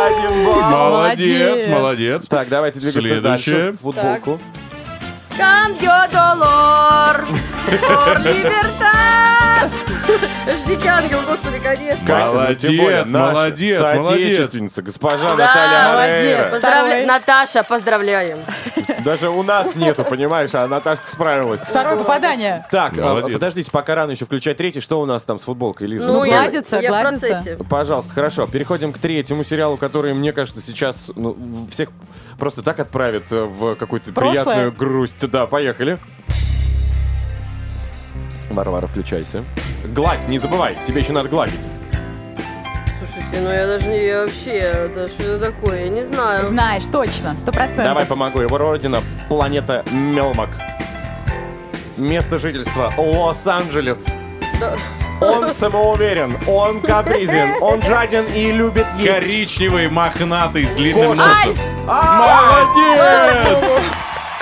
Один балл. Молодец, молодец. Так, давайте двигаться дальше. Следующее. Футболку. Cambio dolor por libertad. Ждите ангел, господи, конечно. Молодец, ну, Тем более наша молодец, молодец. соотечественница, госпожа Да, Наталья молодец. Орейро. Поздравля- Наташа, поздравляем. Даже у нас нету, понимаешь, а Наташка справилась. Второе попадание. Так, а, Молодец. подождите, пока рано еще включать третий. Что у нас там с футболкой, Лиза? Ну, я, гладится, я в гладится. процессе. Пожалуйста, хорошо. Переходим к третьему сериалу, который, мне кажется, сейчас ну, всех просто так отправит э, в какую-то Прошлое? приятную грусть. Да, поехали. Варвара, включайся. Гладь, не забывай, тебе еще надо гладить. Слушайте, ну я даже не я вообще, это что это такое, я не знаю. Э, Знаешь, точно, сто процентов. Давай помогу. Его родина – планета Мелмак. Место жительства – Лос-Анджелес. Да. Он самоуверен, он капризен, он жаден и любит есть. Коричневый, мохнатый, с длинным Гоша. носом. Альф! Молодец!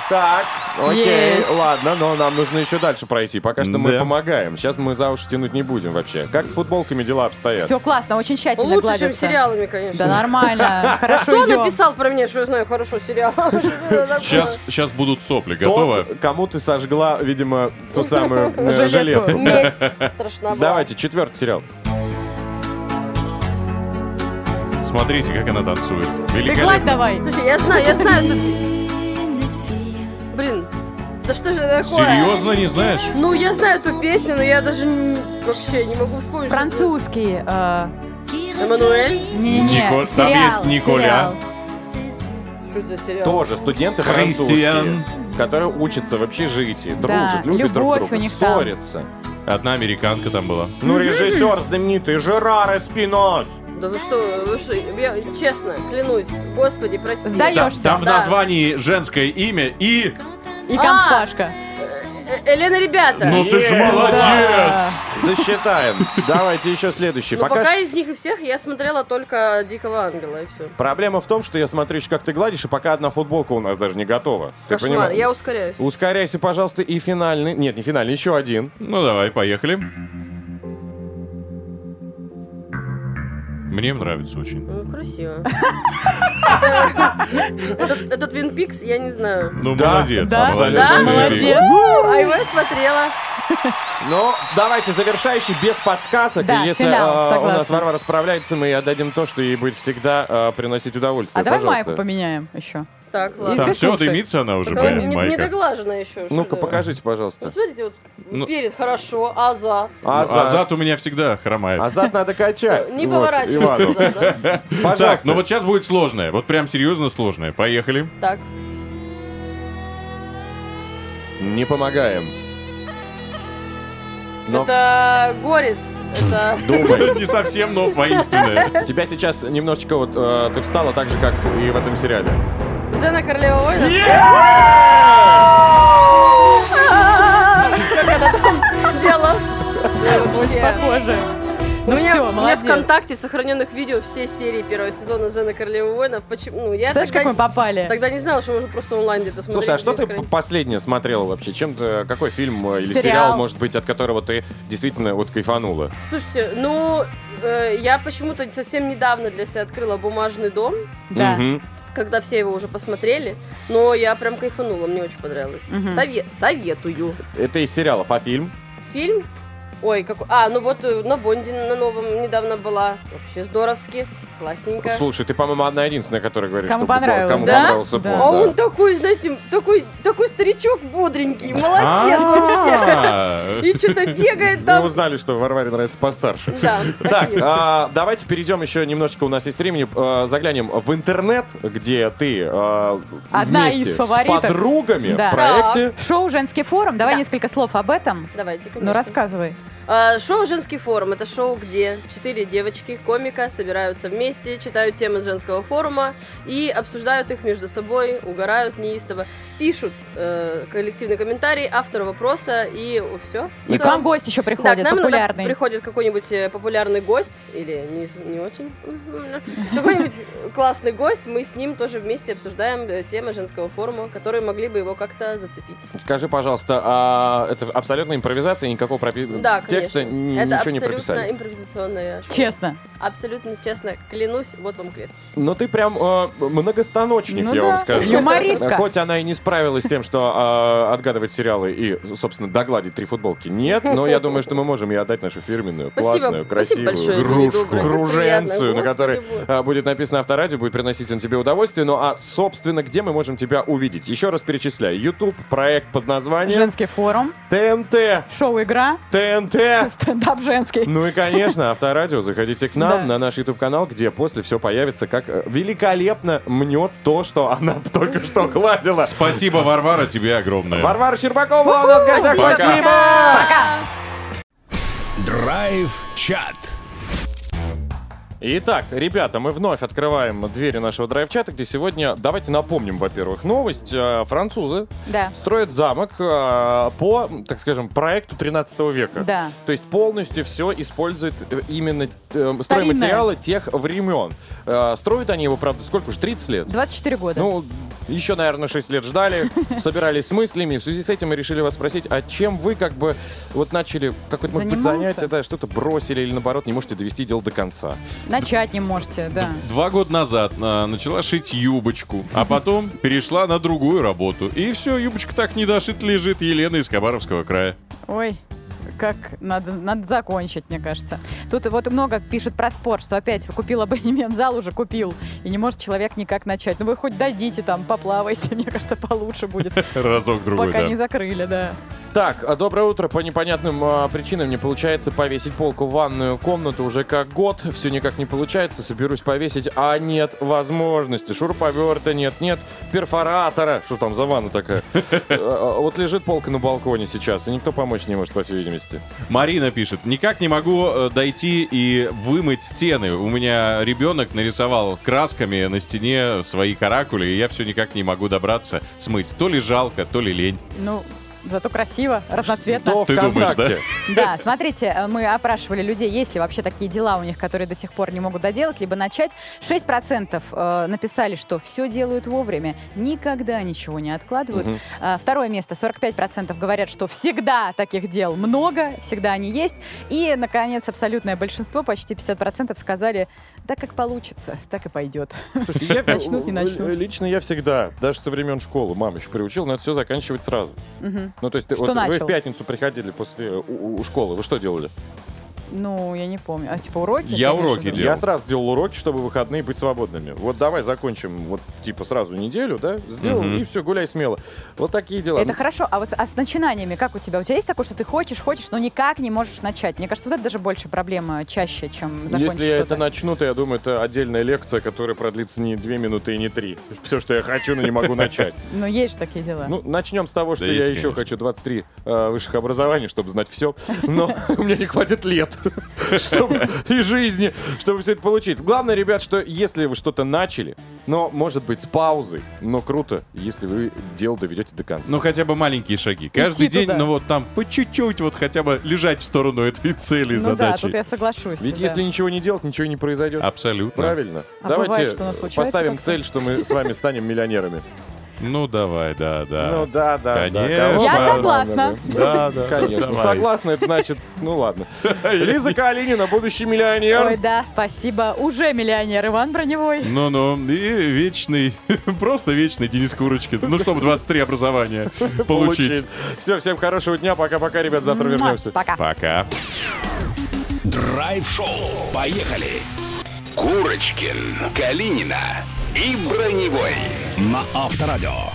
Так, окей, Есть. ладно, но нам нужно еще дальше пройти. Пока что мы Да. помогаем. Сейчас мы за уши тянуть не будем вообще. Как с футболками дела обстоят? Все классно, очень тщательно Лучше, гладится. чем сериалами, конечно. Да нормально, хорошо Кто идем. написал про меня, что я знаю хорошо сериал? Сейчас, сейчас будут сопли. Тот, Готово? кому ты сожгла, видимо, ту самую э, Жилетку. жилетку. Ну, Месть страшна была. Давайте, четвертый сериал. Смотрите, как она танцует. Ты гладь Великолепно. давай. Слушай, я знаю, я знаю. тут- Блин, да что же это такое? Серьезно, не знаешь? Ну, я знаю эту песню, но я даже не- вообще не могу вспомнить. что Французский. э, это. Эммануэль? Не-не-не, Нико- там сериал, есть Николя. сериал. Что это за сериал? Тоже студенты Христиан. французские, которые учатся в общежитии, Да, дружат, любят друг любовь друга, у них там. ссорятся. Одна американка там была. Ну, режиссер знаменитый Жерар Эспинос. Да вы что, вы что, я честно, клянусь, господи, прости. Там, Сдаешься. там в Да. названии женское имя и... И А. компашка. Э, Элена, ребята, Ну ты ж Е, молодец! Засчитаем. Давайте еще следующий. ну пока, Пока что- из них и всех я смотрела только Дикого Ангела и все. Проблема в том, что я смотрю еще, как ты гладишь, и пока одна футболка у нас даже не готова. Ты Кошмар, понимаешь? я ускоряюсь. Ускоряйся, пожалуйста, и финальный. Нет, не финальный, еще один. Ну давай, поехали. Мне нравится очень. Ну, красиво. Это- Этот этот Twin Peaks, я не знаю. Ну, Да, молодец. да, абсолютно да, верно. молодец. Ву, А его я смотрела. Ну, давайте завершающий без подсказок. Да, И если финал, э, у согласна. нас Варвара справляется, мы ей отдадим то, что ей будет всегда э, приносить удовольствие. А давай Пожалуйста. майку поменяем еще. Так, И ладно. ты Там все, слушай. дымится она уже, Так она блин, не- Не майка. доглажена еще. Ну-ка, покажите, пожалуйста. Смотрите, вот Ну. перед хорошо, а за. Ну, Азат у меня всегда хромает. Азат надо качать. Не Вот, поворачивайся. Ивану. назад, да? Так, Пожалуйста. ну вот сейчас будет сложное. Вот прям серьезно сложное. Поехали. Так. Не помогаем. Но- Это горец. Это... Думай. Не совсем, но воинственное. Тебя сейчас немножечко вот э, ты встала так же, как и в этом сериале. Зена Королева Воина. Как она там делала? Вообще. похоже. Ну у меня, всё, у меня молодец. ВКонтакте в сохраненных видео все серии первого сезона Зена Королевы Воинов. Почему? Ну, я Представляешь, тогда, как мы попали? Тогда не знала, что можно просто онлайн где-то смотреть. Слушай, а что где ты сохранить. последнее смотрела вообще? Чем ты, какой фильм э, или сериал. Сериал. может быть, от которого ты действительно вот кайфанула? Слушайте, ну, э, я почему-то совсем недавно для себя открыла «Бумажный дом», Да. Мгм. когда все его уже посмотрели, но я прям кайфанула, мне очень понравилось. Мгм. Сове- советую. Это из сериалов, а фильм? Фильм? Ой, какой... А, ну вот э, на Бонде на новом недавно была. Вообще здоровски, классненько. Слушай, ты, по-моему, одна единственная, которая говорит, Кому что Бубон- понравилось, кому да? понравился Да. Бон, А да. он такой, знаете, такой, такой старичок бодренький, молодец А-а-а. А. вообще. И что-то бегает Мы там. Ну, узнали, что Варваре нравится постарше. Да, Так, такие. а, давайте перейдем еще немножечко, у нас есть времени, а, заглянем в интернет, где ты а, Одна вместе из фавориток. с подругами Да. в проекте. Шоу «Женский форум». Давай несколько слов об этом. Давайте, Ну, конечно. рассказывай. А, Шоу «Женский форум» — это шоу, где четыре девочки, комика, собираются вместе, читают темы с женского форума и обсуждают их между собой, угорают неистово, пишут э, коллективный комментарий, автор вопроса и все. И к нам гость еще приходит, Ну, да, к нам иногда популярный. приходит какой-нибудь э, популярный гость, или не, с- не очень, мгм, какой-нибудь классный гость, мы с ним тоже вместе обсуждаем э, темы женского форума, которые могли бы его как-то зацепить. Скажи, пожалуйста, а это абсолютная импровизация, никакого пропи- Да, текста конечно. ни- Это ничего не абсолютно прописали. импровизационное шоу. Честно. Абсолютно честно, клянусь, вот вам крест. Но ты прям э, многостаночник, Ну я да. вам скажу. Юмористка. Хоть она и не справилась с тем, что э, отгадывать сериалы и, собственно, догладить три футболки. Нет, но я думаю, что мы можем ей отдать нашу фирменную, Спасибо. классную, Спасибо красивую большое, Юрий игрушку, Добрый. Это круженцию, приятно. на которой Господи, э, будет написано авторадио, будет приносить он тебе удовольствие. Ну а, собственно, где мы можем тебя увидеть? Еще раз перечисляю. YouTube, проект под названием «Женский форум», ТНТ. шоу-игра, ТНТ. стендап женский. Ну и, конечно, авторадио, заходите к нам Да. на наш YouTube-канал, где после все появится, как э, великолепно мнет то, что она только что гладила. Спасибо, Варвара, тебе огромное. Варвара Щербакова была у нас в гостях. Пока. Спасибо! Драйв-чат. Итак, ребята, мы вновь открываем двери нашего драйв-чата, где сегодня, давайте напомним, во-первых, новость. э, Французы Да. строят замок э, по, так скажем, проекту 13 века. Да. То есть полностью все использует э, именно э, стройматериалы тех времен. Э, Строят они его, правда, сколько уж, 30 лет? 24 года. Ну, еще, наверное, 6 лет ждали, собирались с мыслями. В связи с этим мы решили вас спросить, а чем вы как бы вот начали какое-то, может быть, Заниматься? занятие, да, что-то бросили или наоборот не можете довести дело до конца? Начать не можете, да. Два года назад а, начала шить юбочку, а потом перешла на другую работу. И все, юбочка так не дошит лежит Елена из Хабаровского края. Ой, как надо, надо закончить, мне кажется. Тут вот много пишет про спорт, что опять купил абонемент, зал уже купил, и не может человек никак начать. Ну вы хоть дадите там, поплавайте, мне кажется, получше будет. Разок другой, Пока да. не закрыли, да. Так, а, доброе утро. По непонятным а, причинам не получается повесить полку в ванную комнату уже как год. Все никак не получается. Соберусь повесить, а нет возможности. Шуруповерта нет, нет перфоратора. Что там за ванна такая? А, Вот лежит полка на балконе сейчас, и никто помочь не может, по всей видимости. Марина пишет, никак не могу э, дойти и вымыть стены. У меня ребенок нарисовал красками на стене свои каракули, и я все никак не могу добраться смыть. То ли жалко, то ли лень. Ну, зато красиво, разноцветно. Что Ты думаешь, да? Да, смотрите, э, мы опрашивали людей, есть ли вообще такие дела у них, которые до сих пор не могут доделать, либо начать. 6% э, написали, что все делают вовремя, никогда ничего не откладывают. Мгм. А, Второе место, 45% говорят, что всегда таких дел много, всегда они есть. И, наконец, абсолютное большинство, почти 50% сказали, да как получится, так и пойдет. Я- Начнут, не начнут. Лично я всегда, даже со времен школы, мама еще приучила, но это все заканчивать сразу. Мгм. Ну, то есть ты- Что вот вы начал? в пятницу приходили после э, у- у школы, вы что делали? Ну, я не помню. А типа уроки? Я конечно, уроки да. делал. Ну, Я сразу делал уроки, чтобы в выходные быть свободными. Вот давай закончим, вот типа сразу неделю, да? Сделал, Мгм. и все, гуляй смело. Вот такие дела. Ну, Это хорошо. А вот с- а с начинаниями как у тебя? У тебя есть такое, что ты хочешь, хочешь, но никак не можешь начать? Мне кажется, вот это даже больше проблема э, чаще, чем закончить Ну, Если я что-то. это начну, то я думаю, это отдельная лекция, которая продлится не две минуты и не три. Все, что я хочу, но не могу начать. Ну, есть же такие дела. Ну, начнем с того, что Да я есть, еще конечно. хочу 23 э, высших образований, чтобы знать все. Но мне не хватит лет чтобы- и жизни, чтобы все это получить. Главное, ребят, что если вы что-то начали, но, может быть, с паузой, но круто, если вы дело доведете до конца. Ну, хотя бы маленькие шаги. Каждый день, туда. ну вот там по чуть-чуть, вот хотя бы лежать в сторону этой цели, Ну да, задачи. тут я соглашусь. э, Ведь да. если ничего не делать, ничего не произойдет. А, Абсолютно. Правильно. А Давайте бывает, что у нас случается поставим как-то? цель, что мы с вами станем миллионерами. Ну давай, да, да. Ну да, да, Конечно. да. кого Я надо, согласна. Да, да, конечно. Давай. Согласна, это значит, ну ладно. Лиза Калинина, будущий миллионер. Ой, да, спасибо. Уже миллионер Иван Броневой. Ну-ну, и вечный, просто вечный Денис Курочкин. Ну, чтобы 23 образования получить. Все, всем хорошего дня. Пока-пока, ребят. Завтра Муа, вернемся. Пока. Пока. Драйв-шоу. Поехали. Курочкин, Калинина и Броневой. На Авторадио.